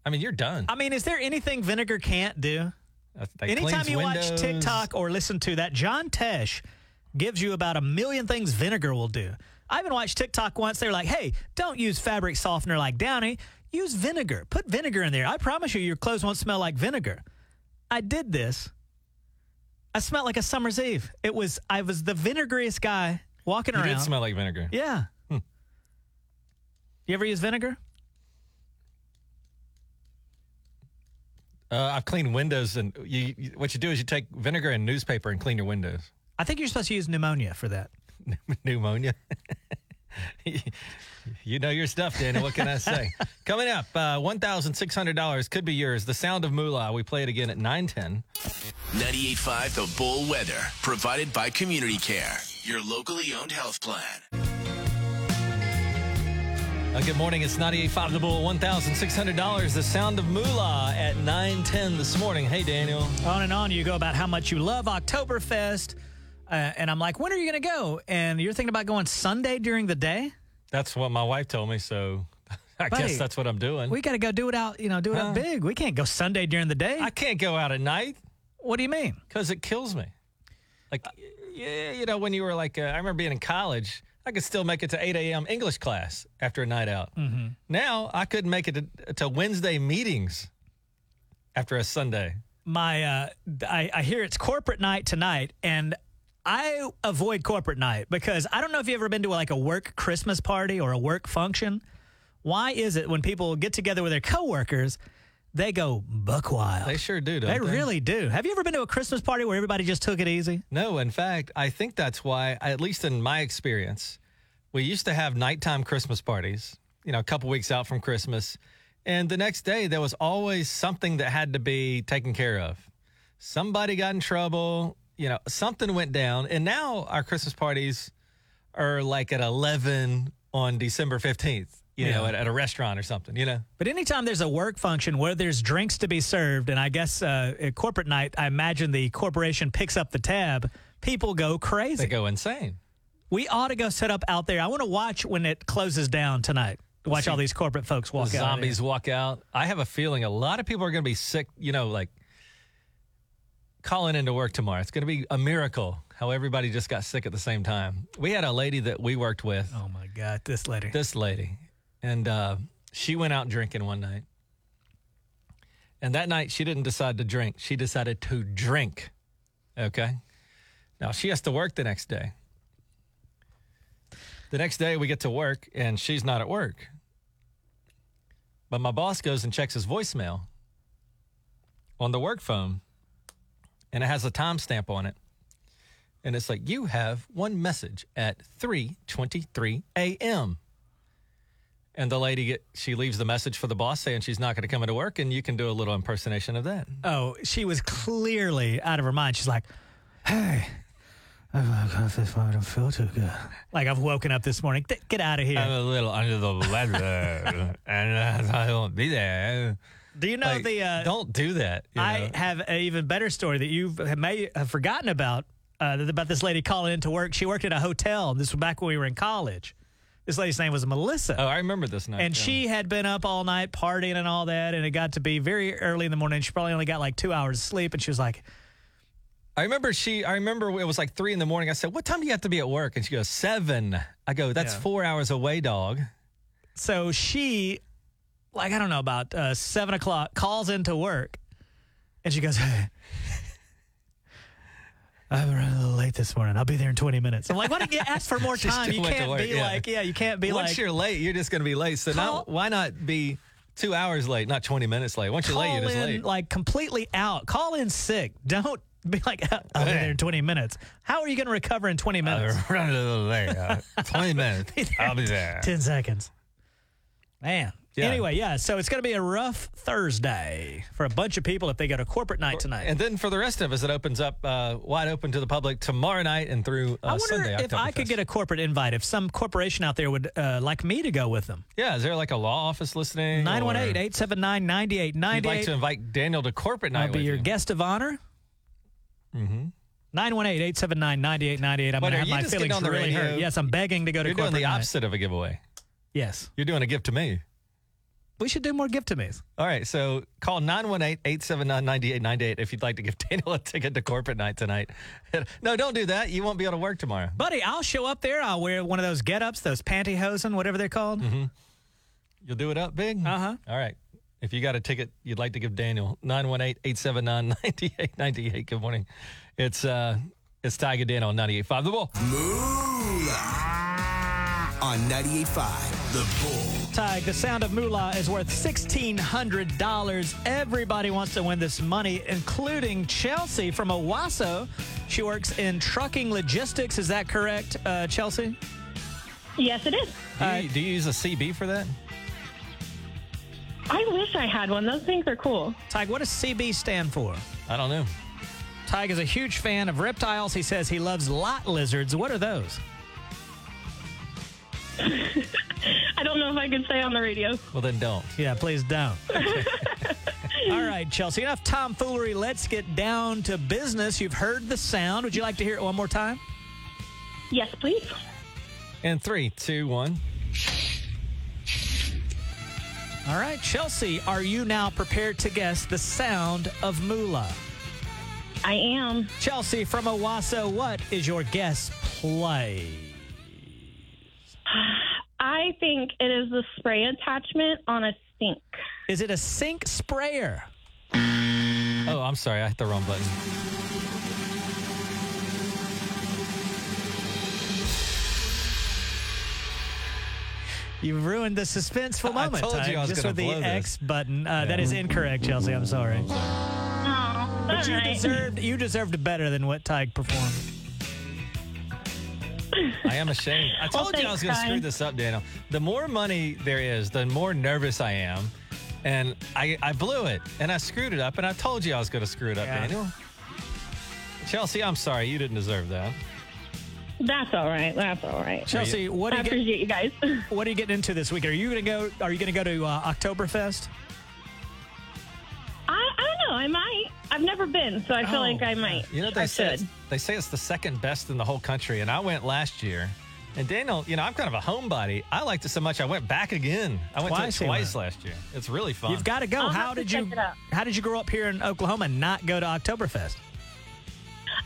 Speaker 1: I mean, you're done.
Speaker 2: i mean is there anything vinegar can't do
Speaker 1: They
Speaker 2: Uh, anytime
Speaker 1: cleans
Speaker 2: you watch
Speaker 1: windows.
Speaker 2: tiktok or listen to that john tesh gives you about a million things vinegar will do i even watched tiktok once they were like hey don't use fabric softener like downy use vinegar put vinegar in there i promise you your clothes won't smell like vinegar i did this i smelled like a summer's eve it was i was the vinegariest guy walking
Speaker 1: you
Speaker 2: around
Speaker 1: did smell like vinegar.
Speaker 2: yeah
Speaker 1: Hmm.
Speaker 2: you ever use vinegar
Speaker 1: Uh, I've cleaned windows, and you, you, what you do is you take vinegar and newspaper and clean your windows. [laughs]
Speaker 2: i think you're supposed to use pneumonia for that
Speaker 1: Pneumonia. [laughs] you know your stuff, Dana. What can I
Speaker 2: [laughs]
Speaker 1: say? Coming up, uh, $1,600 could be yours. The Sound of Moolah. We play it again at 910.
Speaker 4: 98.5 The Bull Weather, provided by Community Care, your locally owned health plan.
Speaker 1: Uh, good morning. It's 98.5 The Bull, $1,600. The Sound of Moolah at 910 this morning. Hey, Daniel.
Speaker 2: on and on you go about how much you love Oktoberfest. Uh, and I'm like, when are you going to go? And you're thinking about going Sunday during the day?
Speaker 1: That's what my wife told me, so [laughs] I
Speaker 2: Buddy,
Speaker 1: guess that's what I'm doing.
Speaker 2: We got to go do it out, you know, do it out
Speaker 1: Huh?
Speaker 2: big. We can't go Sunday during the day.
Speaker 1: I can't go out at night
Speaker 2: what do you mean?
Speaker 1: because it kills me. Like, yeah, you know, when you were like, uh, I remember being in college, I could still make it to 8 a.m. English class after a night out.
Speaker 2: Mm-hmm.
Speaker 1: Now I couldn't make it to, to Wednesday meetings after a Sunday.
Speaker 2: My, uh, I, I hear it's corporate night tonight, and I avoid corporate night because I don't know if you've ever been to like a work Christmas party or a work function. Why is it when people get together with their coworkers, they go buck wild?
Speaker 1: They sure do, don't
Speaker 2: They
Speaker 1: they?
Speaker 2: really do. Have you ever been to a Christmas party where everybody just took it easy?
Speaker 1: No, in fact, I think that's why, at least in my experience, we used to have nighttime Christmas parties, you know, a couple weeks out from Christmas. And the next day, there was always something that had to be taken care of. Somebody got in trouble, you know, something went down. And now our Christmas parties are like at 11 on December 15th, you know,
Speaker 2: Yeah.
Speaker 1: at, at a restaurant or something, you know?
Speaker 2: But anytime there's a work function where there's drinks to be served, and I guess uh, at corporate night, I imagine the corporation picks up the tab, people go crazy.
Speaker 1: They go insane.
Speaker 2: we ought to go set up out there. I want to watch when it closes down tonight. Watch all these corporate folks walk out.
Speaker 1: zombies walk out. I have a feeling a lot of people are going to be sick, you know, like calling into work tomorrow. It's going to be a miracle how everybody just got sick at the same time. We had a lady that we worked with,
Speaker 2: Oh my God, this lady.
Speaker 1: this lady, and uh, she went out drinking one night. And that night, she didn't decide to drink. She decided to drink. Okay. Now she has to work the next day. The next day, we get to work and she's not at work. But my boss goes and checks his voicemail on the work phone, and it has a timestamp on it. And it's like, you have one message at 3.23 a.m. And the lady, get, she leaves the message for the boss saying she's not going to come into work, and you can do a little impersonation of that.
Speaker 2: Oh, she was clearly out of her mind. She's like, hey, I've got this I don't feel too good. Like, I've woken up this morning. Th- Get out of here.
Speaker 1: I'm a little under the
Speaker 2: [laughs]
Speaker 1: weather, and uh, I won't be there.
Speaker 2: Do you know
Speaker 1: Like,
Speaker 2: the? Uh,
Speaker 1: don't do that. you know?
Speaker 2: I have an even better story that you may have forgotten about. Uh, about this lady calling into work. She worked at a hotel. This was back when we were in college. This lady's name was Melissa.
Speaker 1: Oh, I remember this night.
Speaker 2: And
Speaker 1: yeah.
Speaker 2: she had been up all night partying and all that, and it got to be very early in the morning. She probably only got like two hours of sleep, and she was like,
Speaker 1: I remember she. I remember it was like three in the morning. I said, "What time do you have to be at work?" And she goes, seven. I go, "That's
Speaker 2: Yeah.
Speaker 1: four hours away, dog."
Speaker 2: so she, like, I don't know, about uh, seven o'clock, calls into work, and she goes, [laughs] hey, I'm running a little late this morning. I'll be there in 20 minutes. I'm like, why didn't you ask for
Speaker 1: [laughs]
Speaker 2: more
Speaker 1: She
Speaker 2: time?
Speaker 1: still
Speaker 2: You
Speaker 1: went to
Speaker 2: can't
Speaker 1: work,
Speaker 2: be
Speaker 1: yeah.
Speaker 2: like, yeah, you can't be
Speaker 1: Once
Speaker 2: like,
Speaker 1: you're late, you're just going to be late. So now, why not be two hours late, not twenty minutes late? Once you're
Speaker 2: call
Speaker 1: late, you're just
Speaker 2: in
Speaker 1: late.
Speaker 2: like completely out. Call in sick. Don't be like, "Oh, I'll be there in 20 minutes. How are you going to recover in
Speaker 1: Uh,
Speaker 2: 20 minutes?
Speaker 1: [laughs] running a little late. Uh, twenty
Speaker 2: [laughs]
Speaker 1: minutes. I'll be there.
Speaker 2: 10 seconds. Man.
Speaker 1: Yeah.
Speaker 2: Anyway, yeah, so it's going to be a rough Thursday for a bunch of people if they go to corporate night tonight.
Speaker 1: And then for the rest of us, it opens up uh, wide open to the public tomorrow night and through uh,
Speaker 2: I wonder
Speaker 1: Sunday.
Speaker 2: if I could
Speaker 1: Oktoberfest.
Speaker 2: get a corporate invite, if some corporation out there would uh, like me to go with them.
Speaker 1: Yeah, is there like a law office listening?
Speaker 2: 918 879
Speaker 1: I'd like to
Speaker 2: 9898.
Speaker 1: invite Daniel to corporate night
Speaker 2: I'll be
Speaker 1: with
Speaker 2: your
Speaker 1: you.
Speaker 2: guest of honor.
Speaker 1: Mm-hmm.
Speaker 2: 918 879 9898.
Speaker 1: Wait,
Speaker 2: I'm going
Speaker 1: are
Speaker 2: to have
Speaker 1: you
Speaker 2: my
Speaker 1: just getting
Speaker 2: feelings
Speaker 1: on the
Speaker 2: really
Speaker 1: radio?
Speaker 2: hurt. Yes, I'm begging to go to
Speaker 1: You're doing
Speaker 2: corporate
Speaker 1: the
Speaker 2: night.
Speaker 1: opposite of a giveaway.
Speaker 2: Yes.
Speaker 1: You're doing a gift to me.
Speaker 2: We should do more gift to me's.
Speaker 1: All right, so call 918-879-9898 if you'd like to give [laughs] Daniel a ticket to corporate night tonight. [laughs] no, don't do that. You won't be able to work tomorrow.
Speaker 2: Buddy, I'll show up there. I'll wear one of those get ups, those pantyhose and whatever they're called.
Speaker 1: You'll do it up big? Uh-huh. All right. If you got a ticket you'd like to give Daniel, 918-879-9898. Good morning. It's uh it's Tiger Daniel on 98.5 The Bull.
Speaker 8: on 98.5 The Bull.
Speaker 2: Tag, the sound of moolah is worth $1,600. Everybody wants to win this money, including Chelsea from Owasso. She works in trucking logistics. Is that correct, uh, Chelsea?
Speaker 9: Yes, it is.
Speaker 1: Do you, do you use a CB for that?
Speaker 9: I wish I had one. Those things are cool.
Speaker 2: Tig, what does CB stand for?
Speaker 1: I don't know.
Speaker 2: Tig is a huge fan of reptiles. He says he loves lot lizards. What are those?
Speaker 9: I don't know if I could say on the radio.
Speaker 1: Well, then don't.
Speaker 2: Yeah, please don't. All right, Chelsea, enough tomfoolery. Let's get down to business. You've heard the sound. Would you like to hear it one more time?
Speaker 9: Yes, please.
Speaker 1: And three, two, one.
Speaker 2: All right, Chelsea, are you now prepared to guess the sound of moolah?
Speaker 9: I am.
Speaker 2: Chelsea from Owasso, what is your guess play?
Speaker 9: I think it is the spray attachment on a sink.
Speaker 2: Is it a sink sprayer?
Speaker 1: Oh, I'm sorry. I hit the wrong button.
Speaker 2: You've ruined the [laughs] suspenseful
Speaker 1: I
Speaker 2: moment.
Speaker 1: told you
Speaker 2: Ty,
Speaker 1: I was
Speaker 2: just
Speaker 1: gonna
Speaker 2: with the
Speaker 1: blow this.
Speaker 2: X button. Uh, That is incorrect, Chelsea. I'm sorry.
Speaker 9: Oh,
Speaker 2: But you deserved you deserved better than what Tig performed.
Speaker 1: I am ashamed. I
Speaker 2: Well,
Speaker 1: told you I was
Speaker 2: thanks,
Speaker 1: going to screw
Speaker 2: Ryan.
Speaker 1: this up, Daniel. The more money there is, the more nervous I am. And I, I blew it and I screwed it up. And I told you I was going to screw it up,
Speaker 9: Yeah.
Speaker 1: Daniel. Chelsea, I'm sorry. You didn't deserve that.
Speaker 9: That's all right. That's all right.
Speaker 2: Chelsea, what do
Speaker 9: I
Speaker 2: you get-
Speaker 9: appreciate you guys. [laughs]
Speaker 2: What are you getting into this week? Are you gonna go? Are you gonna go to uh, Oktoberfest?
Speaker 9: I, I don't know. I might. I've never been, so I feel like I might.
Speaker 1: Oh, You know,
Speaker 9: I
Speaker 1: they say,
Speaker 9: should.
Speaker 1: it's- they say it's the second best in the whole country. And I went last year. And Daniel, you know, I'm kind of a homebody. I liked it so much I went back again. I went
Speaker 2: Twice
Speaker 1: to
Speaker 2: you
Speaker 1: it twice
Speaker 2: went.
Speaker 1: last year. It's really fun.
Speaker 2: You've got to go.
Speaker 9: I'll
Speaker 2: how
Speaker 9: have to
Speaker 2: did you?
Speaker 9: check it out.
Speaker 2: How did you grow up here in Oklahoma and not go to Oktoberfest?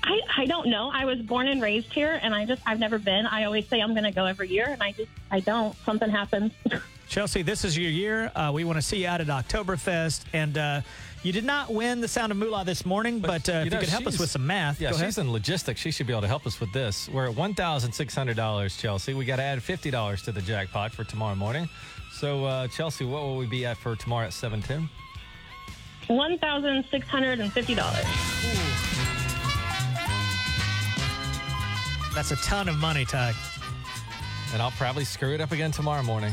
Speaker 9: I, I don't know. I was born and raised here, and I just, I've never been. I always say I'm going to go every year, and I just, I don't. Something happens. [laughs]
Speaker 2: Chelsea, this is your year. Uh, we want to see you out at Oktoberfest, and uh, you did not win the Sound of Moolah this morning. But, uh, if
Speaker 1: know,
Speaker 2: you could help us
Speaker 1: she's-
Speaker 2: with some math,
Speaker 1: Yeah,
Speaker 2: go ahead.
Speaker 1: she's in logistics. She should be able to help us with this. We're at one thousand six hundred dollars, Chelsea. We got to add fifty dollars to the jackpot for tomorrow morning. So, uh, Chelsea, what will we be at for tomorrow at seven ten?
Speaker 9: One thousand six hundred and fifty dollars.
Speaker 2: That's a ton of money, Tug.
Speaker 1: And I'll probably screw it up again tomorrow morning.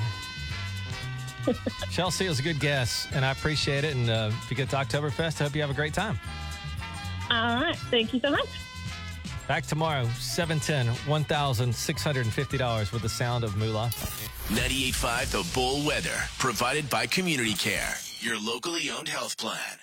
Speaker 1: Chelsea, it was a good guess, and I appreciate it. And uh, if you get to Oktoberfest, I hope you have a great time.
Speaker 9: All right. Thank you so much.
Speaker 1: Back tomorrow, 710, $1,650 with the sound of moolah.
Speaker 4: 98.5 The Bull Weather, provided by Community Care, your locally owned health plan.